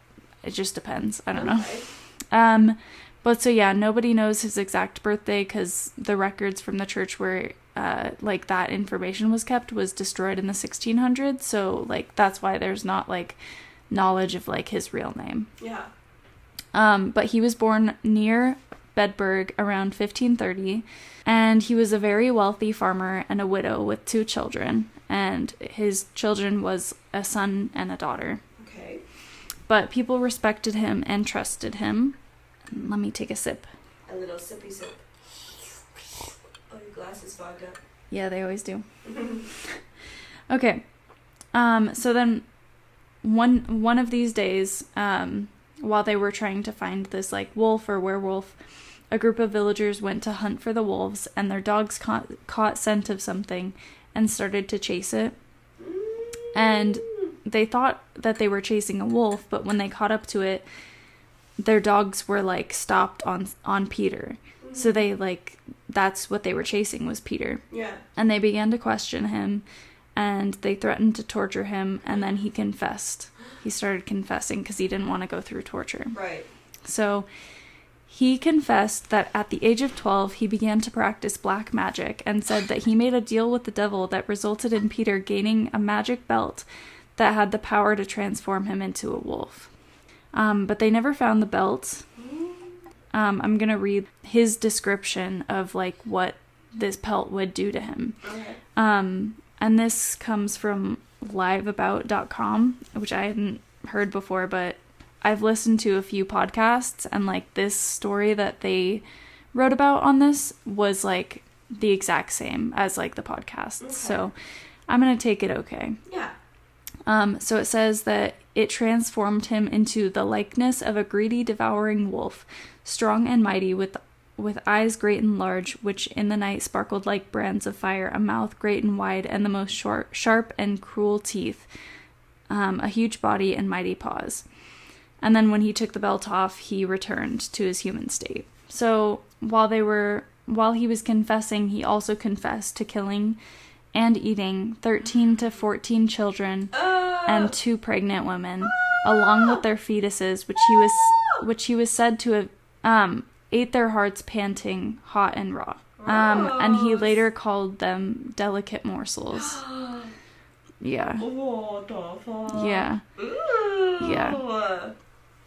Speaker 2: it just depends i don't know
Speaker 1: Mm-hmm. Okay.
Speaker 2: um, but so yeah, nobody knows his exact birthday because the records from the church where uh, like that information was kept was destroyed in the 1600s. So like that's why there's not like knowledge of like his real name.
Speaker 1: Yeah.
Speaker 2: Um, but he was born near Bedburg around 1530, and he was a very wealthy farmer and a widow with two children. And his children was a son and a daughter
Speaker 1: Okay.
Speaker 2: but people respected him and trusted him. Let me take a sip.
Speaker 1: A little sippy sip. Oh, your glass is fogged up.
Speaker 2: Yeah, they always do. okay. Um, so then one one of these days, um, while they were trying to find this like wolf or werewolf, a group of villagers went to hunt for the wolves and their dogs caught, caught scent of something and started to chase it. And they thought that they were chasing a wolf, but when they caught up to it, their dogs were like stopped on on Peter. So they like that's what they were chasing was Peter
Speaker 1: Yeah.
Speaker 2: and they began to question him and they threatened to torture him and then he confessed he started confessing because he didn't want to go through torture
Speaker 1: Right.
Speaker 2: so he confessed that at the age of 12 he began to practice black magic and said that he made a deal with the devil that resulted in peter gaining a magic belt that had the power to transform him into a wolf um, but they never found the belt um, i'm going to read his description of like what this pelt would do to him
Speaker 1: Okay.
Speaker 2: um, and this comes from liveabout.com, which I hadn't heard before, but I've listened to a few podcasts, and like this story that they wrote about on this was like the exact same as like the podcast.
Speaker 1: Okay.
Speaker 2: So I'm going to take it okay.
Speaker 1: Yeah.
Speaker 2: Um, so it says that it transformed him into the likeness of a greedy, devouring wolf, strong and mighty, with with eyes great and large, which in the night sparkled like brands of fire, a mouth great and wide, and the most short, sharp and cruel teeth, um, a huge body and mighty paws. And then when he took the belt off, he returned to his human state. So while they were while he was confessing, he also confessed to killing and eating 13 to 14 children
Speaker 1: Oh.
Speaker 2: and two pregnant women, along with their fetuses, which he was which he was said to have um, ate their hearts panting, hot and raw. Um, and he
Speaker 1: Uh, Gross.
Speaker 2: later called them delicate morsels. Yeah,
Speaker 1: What the fuck?
Speaker 2: yeah.
Speaker 1: Ooh.
Speaker 2: Yeah.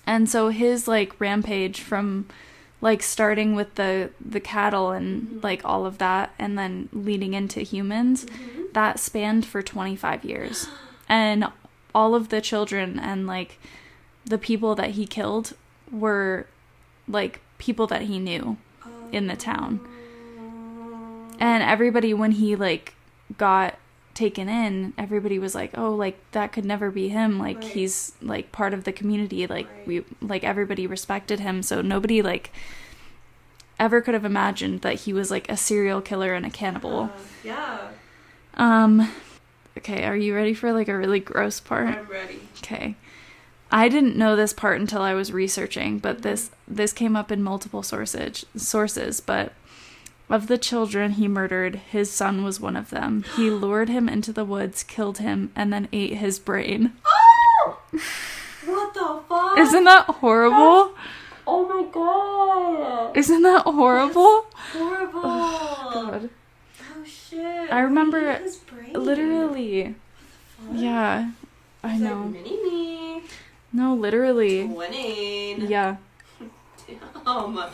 Speaker 2: And so his like rampage from like starting with the the cattle and like all of that and then leading into humans that spanned for 25 years. And all of the children and like the people that he killed were like people that he knew in the town.
Speaker 1: Uh,
Speaker 2: And everybody when he like got taken in, everybody was like, "Oh, like that could never be him. Like
Speaker 1: Right.
Speaker 2: he's like part of the community. Like
Speaker 1: Right.
Speaker 2: we like everybody respected him, so nobody like ever could have imagined that he was like a serial killer and a cannibal."
Speaker 1: Uh, yeah.
Speaker 2: Um okay, are you ready for like a really gross part?
Speaker 1: I'm ready.
Speaker 2: Okay. I didn't know this part until I was researching, but this this came up in multiple sources sources, but of the children he murdered, his son was one of them. He lured him into the woods, killed him, and then ate his brain.
Speaker 1: Oh! What the fuck?
Speaker 2: Isn't that horrible?
Speaker 1: Oh my god!
Speaker 2: Isn't that horrible?
Speaker 1: Horrible!
Speaker 2: God.
Speaker 1: Oh shit!
Speaker 2: I remember
Speaker 1: His brain.
Speaker 2: Literally. Yeah. I
Speaker 1: He's
Speaker 2: know.
Speaker 1: Like, Mini me.
Speaker 2: No, literally.
Speaker 1: Winning.
Speaker 2: Yeah.
Speaker 1: Um,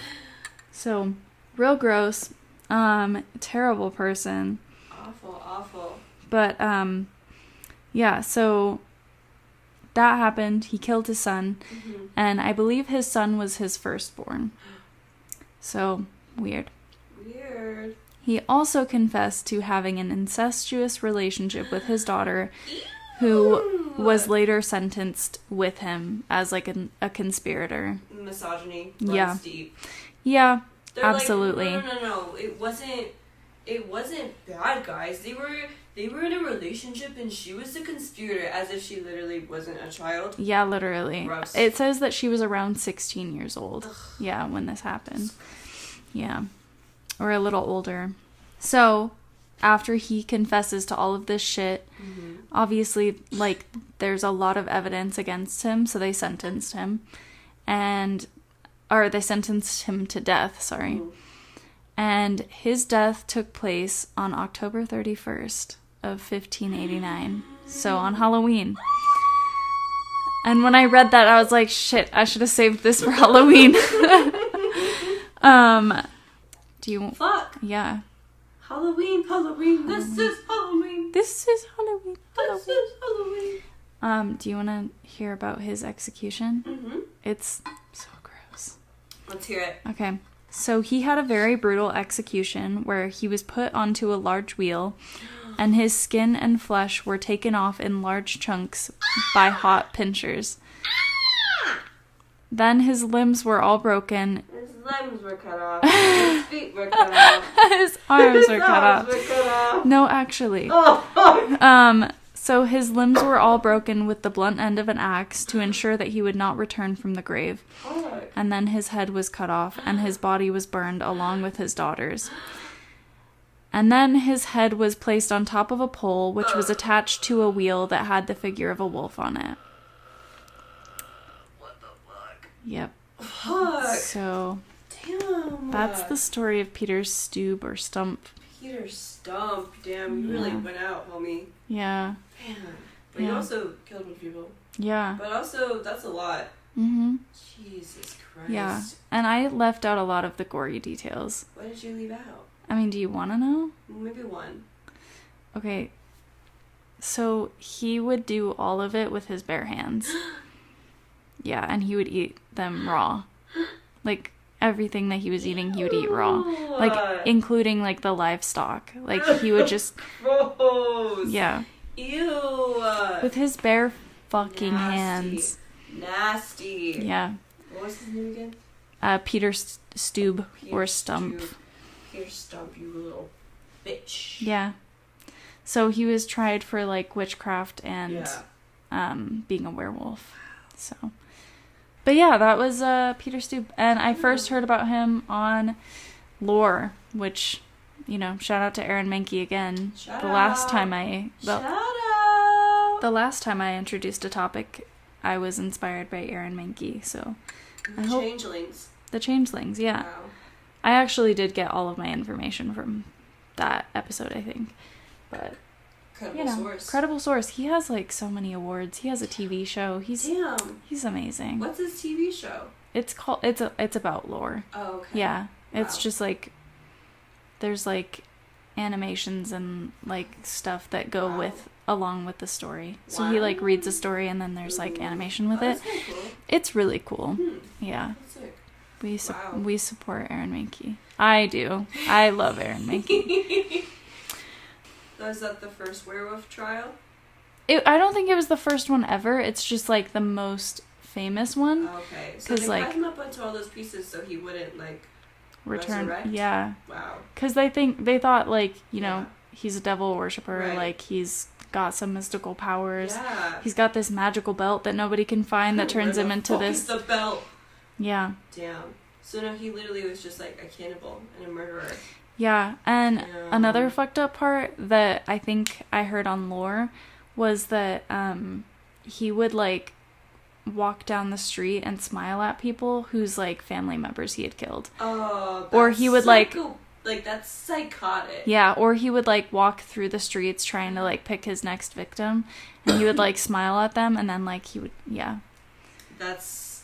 Speaker 2: So, real gross. Um, terrible person.
Speaker 1: Awful, awful.
Speaker 2: But um, yeah, so that happened. He killed his son,
Speaker 1: Mhm.
Speaker 2: and I believe his son was his firstborn. So weird.
Speaker 1: Weird.
Speaker 2: He also confessed to having an incestuous relationship with his daughter, who was later sentenced with him as like an, a conspirator.
Speaker 1: misogyny runs
Speaker 2: Yeah.
Speaker 1: deep.
Speaker 2: Yeah,
Speaker 1: They're
Speaker 2: Absolutely.
Speaker 1: Like, no, no, no, no. It wasn't. It wasn't bad guys. They were they were in a relationship, and she was the conspirator, as if she literally wasn't a child.
Speaker 2: yeah, literally.
Speaker 1: Gross.
Speaker 2: It says that she was around 16 years old. Yeah, when this happened. Yeah. Or a little older. So, after he confesses to all of this shit, obviously, like, there's a lot of evidence against him, so they sentenced him. And, or they sentenced him to death, sorry. And his death took place on October 31st of 1589. So, on Halloween. And when I read that, I was like, shit, I should have saved this for Halloween. um, do you,
Speaker 1: Fuck
Speaker 2: yeah.
Speaker 1: Halloween, Halloween. This is Halloween.
Speaker 2: This is Halloween.
Speaker 1: This
Speaker 2: Halloween.
Speaker 1: is Halloween.
Speaker 2: Um, do you want to hear about his execution?
Speaker 1: Mm-hmm.
Speaker 2: It's so gross.
Speaker 1: Let's hear it.
Speaker 2: Okay. So he had a very brutal execution where he was put onto a large wheel and his skin and flesh were taken off in large chunks by hot pincers. Then his limbs were all broken,
Speaker 1: His limbs were cut off. His feet were cut off.
Speaker 2: his arms were
Speaker 1: His
Speaker 2: cut
Speaker 1: arms
Speaker 2: off.
Speaker 1: were cut off.
Speaker 2: No, actually.
Speaker 1: Oh, oh.
Speaker 2: Um, so his limbs were all broken with the blunt end of an axe to ensure that he would not return from the grave.
Speaker 1: fuck.
Speaker 2: And then his head was cut off and his body was burned along with his daughter's. And then his head was placed on top of a pole which was attached to a wheel that had the figure of a wolf on it.
Speaker 1: What the
Speaker 2: Yep.
Speaker 1: fuck? Fuck.
Speaker 2: So
Speaker 1: Damn.
Speaker 2: that's the story of Peter's Stube or Stump.
Speaker 1: Peter Stump, damn, you really
Speaker 2: Yeah.
Speaker 1: went out, homie.
Speaker 2: Yeah.
Speaker 1: Man. But you
Speaker 2: Yeah. Uh.
Speaker 1: also killed more people.
Speaker 2: Yeah.
Speaker 1: But also, that's a lot.
Speaker 2: Mhm.
Speaker 1: Jesus Christ.
Speaker 2: Yeah. And I left out a lot of the gory details.
Speaker 1: What did you leave out?
Speaker 2: I mean, do you want to know?
Speaker 1: Maybe one.
Speaker 2: Okay. So he would do all of it with his bare hands. Yeah, and he would eat them raw. Like everything that he was eating, he would eat raw. Like
Speaker 1: Ew.
Speaker 2: including like the livestock. Like he would just
Speaker 1: Gross.
Speaker 2: yeah,
Speaker 1: Ew.
Speaker 2: with his bare fucking
Speaker 1: Nasty.
Speaker 2: hands.
Speaker 1: Nasty.
Speaker 2: Yeah.
Speaker 1: What was his name again?
Speaker 2: Uh Peter S- Stube or
Speaker 1: Peter
Speaker 2: Stump.
Speaker 1: Stube. Peter Stump, you little bitch.
Speaker 2: Yeah. So he was tried for like witchcraft and
Speaker 1: Yeah.
Speaker 2: um, being a werewolf. So, but yeah, that was uh, Peter Stoop, and I first
Speaker 1: Hmm.
Speaker 2: heard about him on Lore, which you know, shout out to Aaron Menke again.
Speaker 1: Shout
Speaker 2: the last
Speaker 1: out.
Speaker 2: time I
Speaker 1: Shut
Speaker 2: the,
Speaker 1: up.
Speaker 2: the last time I introduced a topic, I was inspired by Aaron Menke. So I hope-
Speaker 1: Changelings.
Speaker 2: the Changelings, yeah,
Speaker 1: Wow.
Speaker 2: I actually did get all of my information from that episode, I think, but.
Speaker 1: Credible
Speaker 2: You know,
Speaker 1: source.
Speaker 2: credible source. He has like so many awards. He has a TV show. He's
Speaker 1: Damn.
Speaker 2: he's amazing.
Speaker 1: What's his TV show?
Speaker 2: It's called it's a, it's about lore.
Speaker 1: Oh, okay.
Speaker 2: Yeah. It's
Speaker 1: Wow.
Speaker 2: just like there's like animations and like stuff that go
Speaker 1: Wow.
Speaker 2: with along with the story. So he like
Speaker 1: Wow.
Speaker 2: reads a story and then there's like
Speaker 1: Ooh.
Speaker 2: animation with
Speaker 1: oh,
Speaker 2: it.
Speaker 1: That's kinda cool.
Speaker 2: It's really cool.
Speaker 1: Hmm.
Speaker 2: Yeah.
Speaker 1: That's sick.
Speaker 2: We su-
Speaker 1: Wow.
Speaker 2: we support Aaron Mankey. I do. I love Aaron Mankey.
Speaker 1: Was that the first werewolf trial?
Speaker 2: It, I don't think it was the first one ever. It's just like the most famous one.
Speaker 1: Okay. So
Speaker 2: 'Cause,
Speaker 1: they
Speaker 2: like-
Speaker 1: cut him up into all those pieces so he wouldn't like.
Speaker 2: Return.
Speaker 1: Resurrect?
Speaker 2: Yeah.
Speaker 1: Wow.
Speaker 2: Because they think they thought like you know
Speaker 1: Yeah.
Speaker 2: he's a devil worshiper,
Speaker 1: Right.
Speaker 2: like he's got some mystical powers.
Speaker 1: Yeah.
Speaker 2: He's got this magical belt that nobody can find that turns
Speaker 1: Where
Speaker 2: him
Speaker 1: the
Speaker 2: into
Speaker 1: fuck
Speaker 2: this.
Speaker 1: is the belt.
Speaker 2: Yeah,
Speaker 1: Damn. So no, he literally was just like a cannibal and a murderer.
Speaker 2: yeah. And
Speaker 1: Yeah.
Speaker 2: another fucked up part that I think I heard on lore was that um, he would like walk down the street and smile at people whose like family members he had killed.
Speaker 1: Oh.
Speaker 2: Or
Speaker 1: that's
Speaker 2: he would, like-
Speaker 1: psycho- Like that's psychotic.
Speaker 2: Yeah, or he would like walk through the streets trying to like pick his next victim, and he would like smile at them, and then like he would yeah
Speaker 1: That's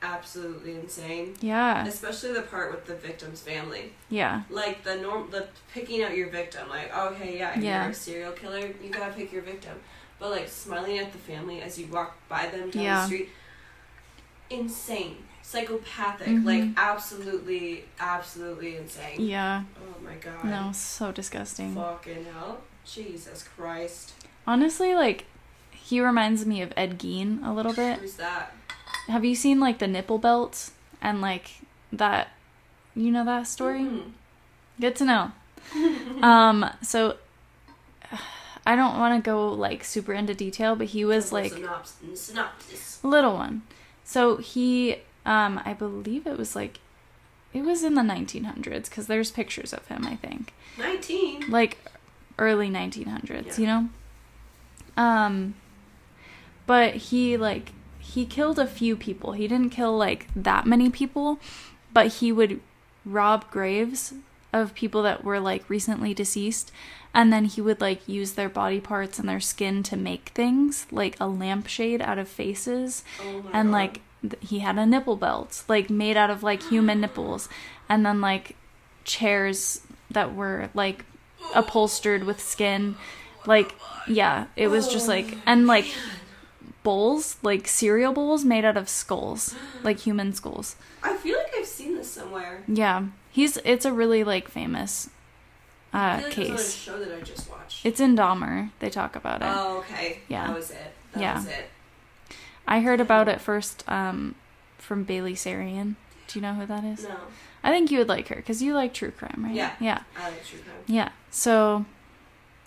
Speaker 1: absolutely insane.
Speaker 2: Yeah.
Speaker 1: Especially the part with the victim's family.
Speaker 2: Yeah.
Speaker 1: Like the norm, the picking out your victim. Like, okay, yeah, you're
Speaker 2: Yeah.
Speaker 1: a serial killer. You gotta pick your victim. But like smiling at the family as you walk by them down
Speaker 2: Yeah.
Speaker 1: the street, insane, psychopathic,
Speaker 2: Mhm.
Speaker 1: like absolutely, absolutely insane.
Speaker 2: Yeah.
Speaker 1: Oh my god.
Speaker 2: No, so disgusting.
Speaker 1: Fucking hell. Jesus Christ.
Speaker 2: Honestly, like he reminds me of Ed Gein a little bit.
Speaker 1: Who's that?
Speaker 2: Have you seen like the nipple belts and like that you know that story?
Speaker 1: Mm.
Speaker 2: Good to know. um so I don't want to go like super into detail, but he was like
Speaker 1: Synops- synopsis.
Speaker 2: little one. So he um I believe it was like it was in the 1900s cuz there's pictures of him, I think.
Speaker 1: 19.
Speaker 2: like early 1900s,
Speaker 1: Yeah.
Speaker 2: you know? Um but he like he killed a few people. He didn't kill like that many people, but he would rob graves of people that were like recently deceased and then he would like use their body parts and their skin to make things like a lampshade out of faces
Speaker 1: Oh my
Speaker 2: and
Speaker 1: God.
Speaker 2: like th- he had a nipple belt like made out of like human nipples and then like chairs that were like upholstered with skin like yeah it was just like and like bowls like cereal bowls made out of skulls like human skulls
Speaker 1: I feel like I've seen this somewhere.
Speaker 2: yeah he's it's a really like famous
Speaker 1: I
Speaker 2: uh
Speaker 1: feel like it was on a
Speaker 2: case
Speaker 1: show that I just watched.
Speaker 2: it's in Dahmer they talk about it
Speaker 1: oh, okay.
Speaker 2: Yeah.
Speaker 1: That was it. That
Speaker 2: Yeah.
Speaker 1: was it.
Speaker 2: I heard about it first um from Bailey Sarian do you know who that is
Speaker 1: No.
Speaker 2: I think you would like her because you like true crime, right?
Speaker 1: Yeah.
Speaker 2: Yeah.
Speaker 1: I like True Crime.
Speaker 2: Yeah. So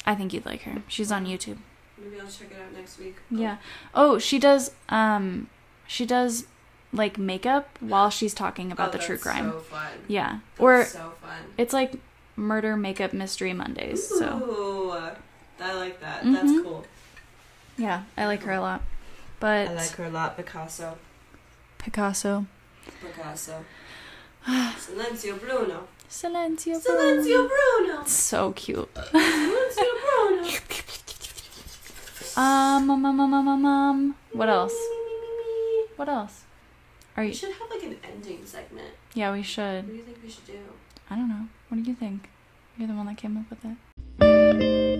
Speaker 2: I think you'd like her. She's on YouTube.
Speaker 1: Maybe I'll check it out next week.
Speaker 2: Yeah. Oh, she does um she does like makeup while she's talking
Speaker 1: Oh,
Speaker 2: about the
Speaker 1: that's
Speaker 2: true crime.
Speaker 1: so fun.
Speaker 2: yeah.
Speaker 1: That's
Speaker 2: Or
Speaker 1: so fun.
Speaker 2: it's like murder makeup mystery Mondays. So
Speaker 1: Ooh, I like that. That's
Speaker 2: Mhm.
Speaker 1: cool.
Speaker 2: yeah, I like her a lot. But
Speaker 1: I like her a lot. Picasso.
Speaker 2: Picasso.
Speaker 1: Picasso. Silencio Bruno.
Speaker 2: Silencio.
Speaker 1: Silencio Bruno.
Speaker 2: So cute.
Speaker 1: Silencio Bruno.
Speaker 2: Um, um, um, um, um, um, um. What else? What else? Are
Speaker 1: We
Speaker 2: you?
Speaker 1: should have like an ending segment.
Speaker 2: Yeah, we
Speaker 1: What
Speaker 2: should.
Speaker 1: do you think we should do?
Speaker 2: I don't know. What do you think? You're the one that came up with it.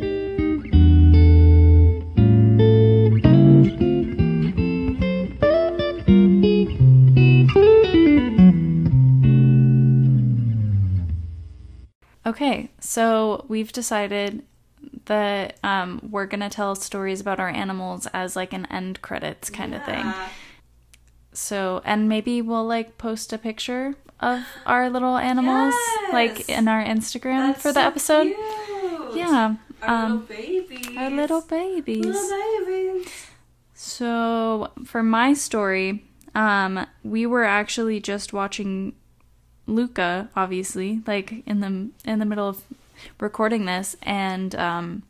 Speaker 2: Okay, so we've decided that um, we're gonna tell stories about our animals as like an end credits kind of thing.
Speaker 1: Yeah.
Speaker 2: So, and maybe we'll like post a picture of our little animals, like
Speaker 1: Yes!
Speaker 2: in our Instagram
Speaker 1: That's
Speaker 2: for the
Speaker 1: so
Speaker 2: episode.
Speaker 1: cute.
Speaker 2: Yeah,
Speaker 1: Our
Speaker 2: um,
Speaker 1: little babies.
Speaker 2: our little babies.
Speaker 1: Little babies.
Speaker 2: So, for my story, um, we were actually just watching Luca, obviously, like in the in the middle of recording this, and um,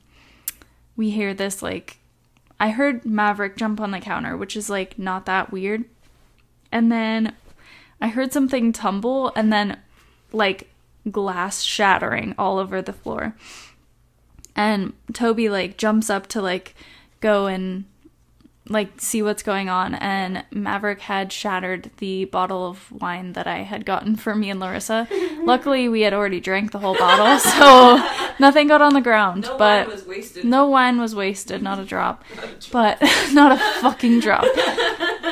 Speaker 2: we hear this like I heard Maverick jump on the counter, which is like not that weird, and then I heard something tumble, and then like glass shattering all over the floor, and Toby like jumps up to like go and like see what's going on and Maverick had shattered the bottle of wine that I had gotten for me and Larissa. Luckily we had already drank the whole bottle, so nothing got on the ground.
Speaker 1: No
Speaker 2: Um, but
Speaker 1: one was wasted.
Speaker 2: no wine was wasted, not a drop. But not a fucking drop.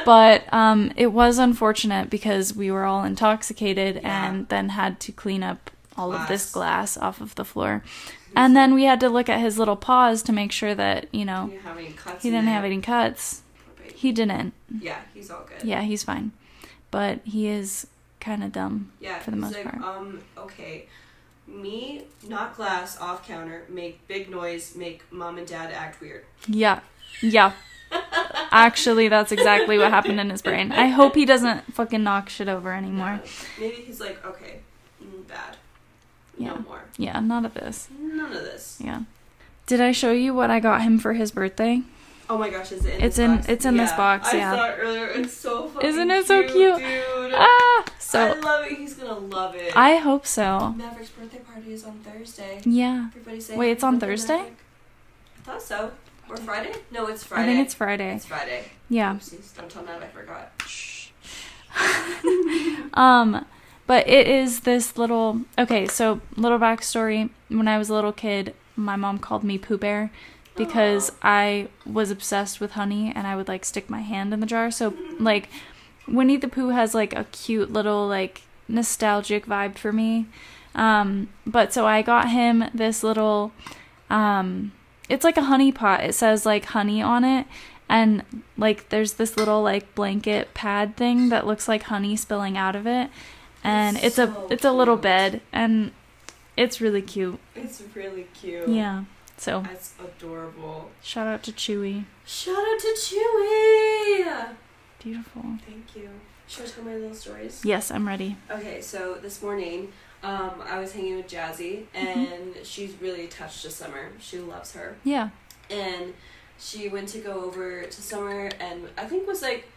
Speaker 2: But um it was unfortunate because we were all intoxicated
Speaker 1: Yeah.
Speaker 2: and then had to clean up all of this
Speaker 1: Glass.
Speaker 2: glass off of the floor. And then we had to look at his little paws to make sure that, you know,
Speaker 1: He didn't have any cuts.
Speaker 2: he
Speaker 1: in
Speaker 2: didn't
Speaker 1: it.
Speaker 2: have any cuts.
Speaker 1: Poor baby.
Speaker 2: He didn't.
Speaker 1: Yeah, he's all good.
Speaker 2: Yeah, he's fine. But he is kind of dumb.
Speaker 1: Yeah,
Speaker 2: for the
Speaker 1: he's
Speaker 2: most
Speaker 1: like,
Speaker 2: part.
Speaker 1: Um, okay. Me, not glass, off counter, make big noise, make mom and dad act weird.
Speaker 2: Yeah. Yeah. Actually, that's exactly what happened in his brain. I hope he doesn't fucking knock shit over anymore.
Speaker 1: Maybe he's like, okay, mm, bad.
Speaker 2: Yeah.
Speaker 1: No more.
Speaker 2: Yeah, none of this.
Speaker 1: None of this.
Speaker 2: Yeah. Did I show you what I got him for his birthday?
Speaker 1: Oh my gosh, is it in
Speaker 2: It's
Speaker 1: this
Speaker 2: in-
Speaker 1: box?
Speaker 2: it's in this box, yeah.
Speaker 1: I saw it earlier. It's so fucking
Speaker 2: Isn't it so cute?
Speaker 1: Dude.
Speaker 2: Ah!
Speaker 1: I
Speaker 2: So,
Speaker 1: love it. He's gonna love it.
Speaker 2: I hope so.
Speaker 1: Maverick's birthday party is on Thursday.
Speaker 2: Yeah.
Speaker 1: Everybody say
Speaker 2: Wait,
Speaker 1: happy
Speaker 2: it's on
Speaker 1: birthday,
Speaker 2: Thursday?
Speaker 1: Maverick. I thought so. Or Friday? No, it's
Speaker 2: I
Speaker 1: Friday.
Speaker 2: think it's Friday.
Speaker 1: It's Friday.
Speaker 2: Yeah.
Speaker 1: Oopsies. Don't tell Matt I forgot.
Speaker 2: Shh. um, but it is this little. Okay, so little backstory. When I was a little kid, my mom called me Pooh Bear because I was obsessed with honey and I would like stick my hand in the jar. So like Winnie the Pooh has like a cute little like nostalgic vibe for me. Um but so I got him this little um it's like a honey pot. It says like honey on it and like there's this little like blanket pad thing that looks like honey spilling out of it. And
Speaker 1: That's
Speaker 2: it's
Speaker 1: so
Speaker 2: a it's a little
Speaker 1: cute.
Speaker 2: bed and it's really cute.
Speaker 1: It's really cute.
Speaker 2: Yeah. So
Speaker 1: That's adorable.
Speaker 2: shout out to Chewy.
Speaker 3: Shout out to Chewy.
Speaker 2: Beautiful.
Speaker 1: Thank you.
Speaker 3: Should I tell my little stories?
Speaker 2: Yes, I'm ready.
Speaker 1: Okay, so this morning, um, I was hanging with Jazzy,
Speaker 2: Mm-hmm.
Speaker 1: and she's really attached to Summer. She loves her,
Speaker 2: Yeah.
Speaker 1: and she went to go over to Summer, and I think was like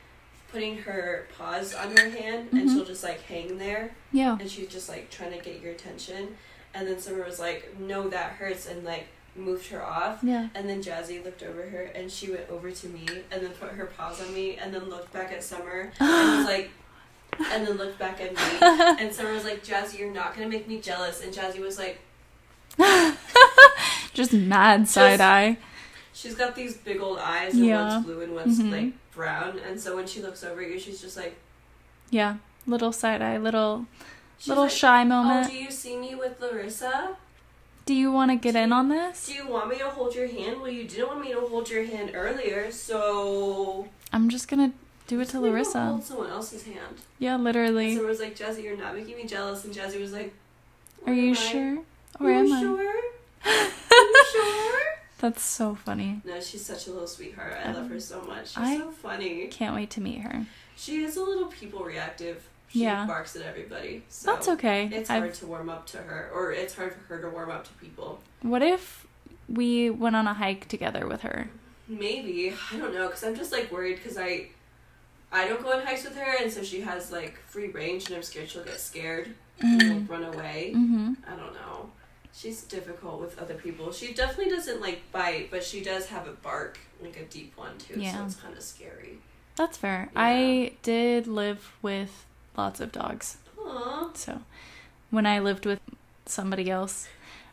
Speaker 1: putting her paws on her hand, and
Speaker 2: Mhm.
Speaker 1: she'll just like hang there,
Speaker 2: Yeah.
Speaker 1: and she's just like trying to get your attention, and then Summer was like, "No, that hurts," and like moved her off.
Speaker 2: Yeah.
Speaker 1: And then Jazzy looked over her, and she went over to me, and then put her paws on me, and then looked back at Summer, and was like, and then looked back at me, and Summer was like, "Jazzy, you're not gonna make me jealous." And Jazzy was like,
Speaker 2: Just mad side eye.
Speaker 1: "She's got these big old eyes, and
Speaker 2: Yeah.
Speaker 1: one's blue and one's
Speaker 2: Mhm.
Speaker 1: like brown, and so when she looks over at you, she's just like,
Speaker 2: Yeah. Little side eye, little
Speaker 1: she's
Speaker 2: little
Speaker 1: like,
Speaker 2: shy
Speaker 1: Oh,
Speaker 2: moment.
Speaker 1: do you see me with Larissa?
Speaker 2: do you want to get
Speaker 1: do
Speaker 2: in
Speaker 1: you-
Speaker 2: on this?
Speaker 1: Do you want me to hold your hand? Well, you didn't want me to hold your hand earlier, so
Speaker 2: I'm just going to do it to
Speaker 1: Maybe I'll
Speaker 2: Larissa.
Speaker 1: Hold someone else's hand.
Speaker 2: Yeah,
Speaker 1: And
Speaker 2: literally.
Speaker 1: Someone was like, Jazzy, you're not making me jealous. And Jazzy was like,
Speaker 2: Are
Speaker 1: "Am
Speaker 2: you
Speaker 1: I-
Speaker 2: sure?
Speaker 1: Are
Speaker 2: Or am
Speaker 1: you
Speaker 2: I?
Speaker 1: sure? Are you sure?
Speaker 2: That's so funny.
Speaker 1: No, she's such a little sweetheart. I love her so much. She's
Speaker 2: I-
Speaker 1: so funny.
Speaker 2: Can't wait to meet her.
Speaker 1: She is a little people reactive. She
Speaker 2: Yeah.
Speaker 1: barks at everybody. So
Speaker 2: That's okay.
Speaker 1: It's
Speaker 2: I've-
Speaker 1: hard to warm up to her, or it's hard for her to warm up to people.
Speaker 2: what if we went on a hike together with her?
Speaker 1: Maybe I don't know, cause I'm just like worried, cause I, I don't go on hikes with her, and so she has like free range, and I'm scared she'll get scared and like run away.
Speaker 2: Mhm.
Speaker 1: I don't know. She's difficult with other people. She definitely doesn't like bite, but she does have a bark, like a deep one too. So
Speaker 2: Yeah.
Speaker 1: it's kind of scary.
Speaker 2: That's fair.
Speaker 1: Yeah.
Speaker 2: I did live with lots of dogs.
Speaker 1: Aww.
Speaker 2: So when I lived with somebody else,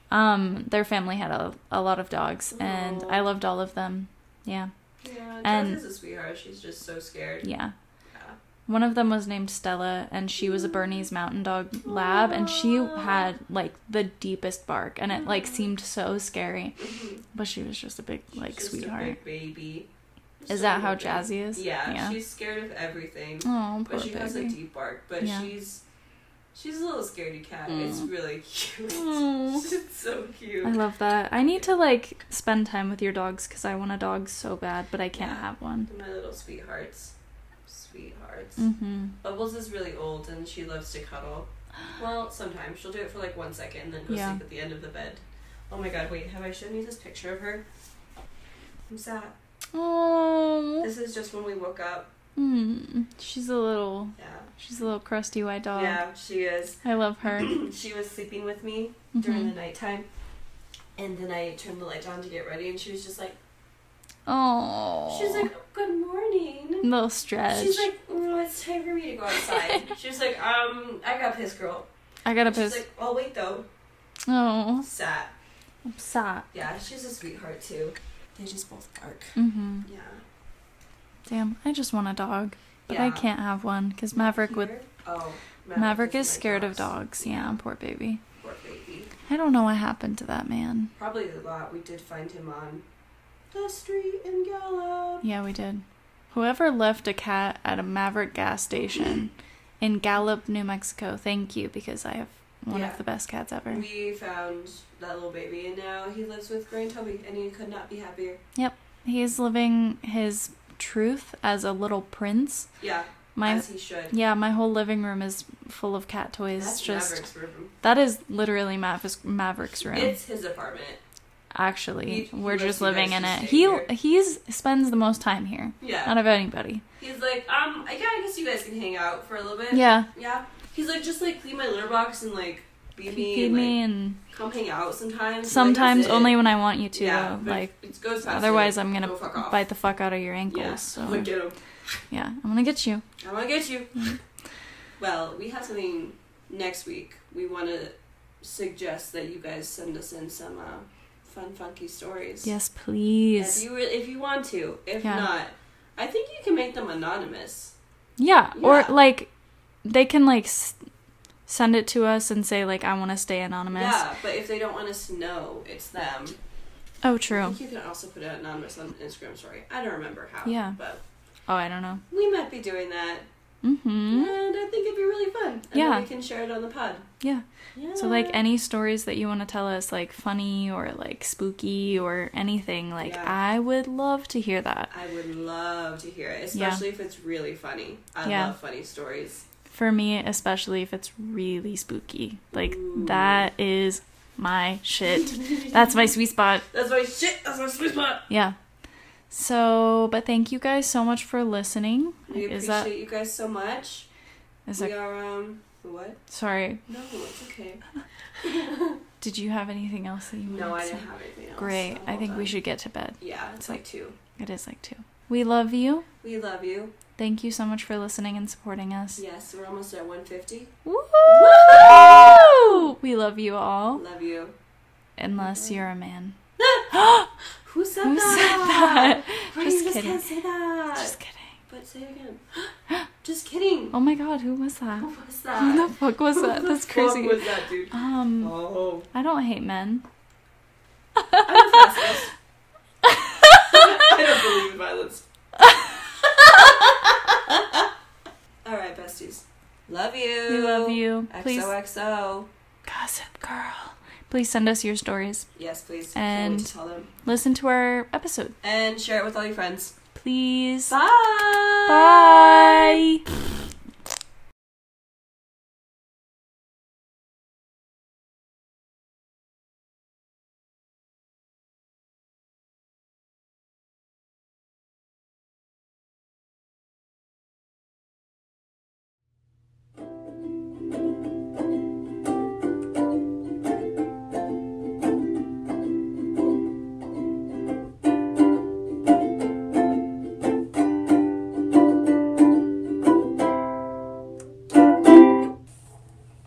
Speaker 2: um, their family had a, a lot of dogs and
Speaker 1: Aw.
Speaker 2: I loved all of them. Yeah.
Speaker 1: Yeah,
Speaker 2: And-
Speaker 1: Jazz is a sweetheart. She's just so scared.
Speaker 2: Yeah.
Speaker 1: Yeah.
Speaker 2: One of them was named Stella and she was a Bernese mountain dog lab and she
Speaker 1: Aw.
Speaker 2: had like the deepest bark and it like
Speaker 1: Aw.
Speaker 2: seemed so scary,
Speaker 1: Mhm.
Speaker 2: but she was just a big
Speaker 1: She's
Speaker 2: like
Speaker 1: just a big
Speaker 2: sweetheart.
Speaker 1: baby. Just
Speaker 2: Is
Speaker 1: a
Speaker 2: that
Speaker 1: little
Speaker 2: how
Speaker 1: bit-
Speaker 2: Jazzy is?
Speaker 1: Yeah,
Speaker 2: Yeah.
Speaker 1: she's scared of everything.
Speaker 2: Oh, poor
Speaker 1: but she has a
Speaker 2: baby.
Speaker 1: deep bark. But
Speaker 2: Yeah.
Speaker 1: she's she's a little scaredy cat. It's
Speaker 2: Mm.
Speaker 1: really cute.
Speaker 2: Aw.
Speaker 1: it's so cute.
Speaker 2: I love that. I need to like spend time with your dogs because I want a dog so bad, but I can't
Speaker 1: Yeah.
Speaker 2: have one.
Speaker 1: My little sweethearts, sweethearts.
Speaker 2: Mm-hmm.
Speaker 1: Bubbles is really old and she loves to cuddle. Well, sometimes she'll do it for like one second and then go
Speaker 2: Yeah.
Speaker 1: sleep at the end of the bed. Oh my god, wait, have I shown you this picture of her? I'm sad.
Speaker 2: Oh,
Speaker 1: This is just when we woke up.
Speaker 2: mm. she's a little
Speaker 1: Yeah.
Speaker 2: She's a little crusty white dog.
Speaker 1: Yeah, she is.
Speaker 2: I love her.
Speaker 1: she was sleeping with me during the
Speaker 2: Mhm.
Speaker 1: nighttime. And then I turned the light on to get ready and she was just like
Speaker 2: Oh.
Speaker 1: she was like, oh, good morning.
Speaker 2: little stretch.
Speaker 1: She's like, "Oh, it's time for me to go outside. she was like, um, I got pissed, girl.
Speaker 2: I gotta
Speaker 1: She's
Speaker 2: piss.
Speaker 1: like, oh, wait, though.
Speaker 2: oh,
Speaker 1: Sad.
Speaker 2: I'm sad.
Speaker 1: Yeah, she's a sweetheart too. They just both bark.
Speaker 2: Mm-hmm.
Speaker 1: Yeah.
Speaker 2: Damn, I just want a dog, but I
Speaker 1: Yeah.
Speaker 2: can't have one because Maverick would.
Speaker 1: Here? Oh,
Speaker 2: Maverick is
Speaker 1: my
Speaker 2: scared of dogs. Yeah, poor baby.
Speaker 1: Poor baby.
Speaker 2: I don't know what happened to that man.
Speaker 1: Probably a lot. We did find him on the street in Gallup.
Speaker 2: Yeah, we did. Whoever left a cat at a Maverick gas station in Gallup, New Mexico, thank you because I have one
Speaker 1: Yeah.
Speaker 2: of the best cats ever.
Speaker 1: We found that little baby, and now he lives with Grand Tubby, and he could not be happier.
Speaker 2: He's living his truth as a little prince.
Speaker 1: Yeah,
Speaker 2: My
Speaker 1: as he should.
Speaker 2: Yeah, my whole living room is full of cat toys.
Speaker 1: That's
Speaker 2: just
Speaker 1: Maverick's room.
Speaker 2: that is literally Mavericks, Maverick's room.
Speaker 1: It's his apartment.
Speaker 2: Actually,
Speaker 1: he- he
Speaker 2: we're
Speaker 1: lets
Speaker 2: just
Speaker 1: you guys
Speaker 2: living in
Speaker 1: just
Speaker 2: it.
Speaker 1: stay
Speaker 2: He
Speaker 1: here.
Speaker 2: he's spends the most time here
Speaker 1: Yeah.
Speaker 2: out of anybody.
Speaker 1: He's like, um, I- yeah, I guess you guys can hang out for a little bit.
Speaker 2: Yeah,
Speaker 1: Yeah. He's like, just like clean my litter box and like feed me,
Speaker 2: feed
Speaker 1: and, like,
Speaker 2: me and
Speaker 1: come hang out sometimes.
Speaker 2: sometimes
Speaker 1: like, that's it.
Speaker 2: only when I want you to.
Speaker 1: yeah,
Speaker 2: though.
Speaker 1: but
Speaker 2: Like
Speaker 1: it goes faster.
Speaker 2: otherwise, I'm
Speaker 1: Go
Speaker 2: gonna
Speaker 1: fuck off.
Speaker 2: bite the fuck out of your ankles.
Speaker 1: Yeah,
Speaker 2: So
Speaker 1: I'm gonna get him.
Speaker 2: yeah, I'm gonna get you. Mm-hmm.
Speaker 1: I'm gonna get you. Well, we have something next week. We want to suggest that you guys send us in some uh, fun, funky stories.
Speaker 2: Yes,
Speaker 1: If
Speaker 2: please.
Speaker 1: you re- if you want to, if
Speaker 2: Yeah.
Speaker 1: not, I think you can make them anonymous.
Speaker 2: Yeah,
Speaker 1: Yeah.
Speaker 2: or like they can like s- send it to us and say like I want to stay anonymous.
Speaker 1: Yeah, but if they don't want us to know, it's them.
Speaker 2: Oh,
Speaker 1: I
Speaker 2: true.
Speaker 1: think you can also put it anonymous on Instagram story. I don't remember how.
Speaker 2: Yeah.
Speaker 1: But
Speaker 2: Oh, I don't know.
Speaker 1: we might be doing that,
Speaker 2: Mhm.
Speaker 1: and I think it'd be really fun. And then
Speaker 2: Yeah.
Speaker 1: we can share it on the pod.
Speaker 2: Yeah.
Speaker 3: Yeah.
Speaker 2: So
Speaker 1: Mm.
Speaker 2: like any stories that you want to tell us like funny or like spooky or anything like
Speaker 1: Yeah.
Speaker 2: I would love to hear that.
Speaker 1: I would love to hear it,
Speaker 2: Yeah.
Speaker 1: especially if it's really funny. I
Speaker 2: Yeah.
Speaker 1: love funny stories.
Speaker 2: For me especially if it's really spooky. Like
Speaker 1: Ooh.
Speaker 2: that is my shit. That's my sweet spot.
Speaker 1: That's my shit. That's my sweet spot.
Speaker 2: Yeah. So, but thank you guys so much for listening.
Speaker 1: We appreciate
Speaker 2: Is that
Speaker 1: you guys so much.
Speaker 2: is
Speaker 1: we
Speaker 2: that
Speaker 1: are um what?
Speaker 2: sorry?
Speaker 1: No, it's okay.
Speaker 2: Did you have anything else that you wanted
Speaker 1: No, I
Speaker 2: to say?
Speaker 1: didn't have anything else.
Speaker 2: Great.
Speaker 1: I'm
Speaker 2: I
Speaker 1: all
Speaker 2: think we
Speaker 1: done.
Speaker 2: should get to bed.
Speaker 1: Yeah, it's like two.
Speaker 2: It is like 2. We love you.
Speaker 1: We love you.
Speaker 2: Thank you so much for listening and supporting us.
Speaker 1: Yes, we're almost at 150.
Speaker 2: Woo! We love you all
Speaker 1: Love you.
Speaker 2: unless you're a man.
Speaker 1: Who said
Speaker 2: Who said
Speaker 1: that?
Speaker 2: that?
Speaker 1: Why
Speaker 2: Just
Speaker 1: you just
Speaker 2: kidding.
Speaker 1: can't say that.
Speaker 2: Just kidding.
Speaker 1: But say it again. just kidding.
Speaker 2: Oh my god, who was that?
Speaker 1: Who was that?
Speaker 2: Who the fuck was
Speaker 1: Who
Speaker 2: that?
Speaker 1: the
Speaker 2: That's
Speaker 1: fuck
Speaker 2: crazy.
Speaker 1: was that, dude?
Speaker 2: Um,
Speaker 1: Oh.
Speaker 2: I don't hate men.
Speaker 1: I'm a fascist. I don't believe in violence. All right, besties. Love you.
Speaker 2: We love you. Please
Speaker 1: XOXO.
Speaker 2: gossip girl. Please send us your stories.
Speaker 1: Yes, please. Can't wait
Speaker 2: And-
Speaker 1: to tell them.
Speaker 2: Listen to our episode.
Speaker 1: And share it with all your friends.
Speaker 2: Please.
Speaker 1: Bye.
Speaker 2: Bye.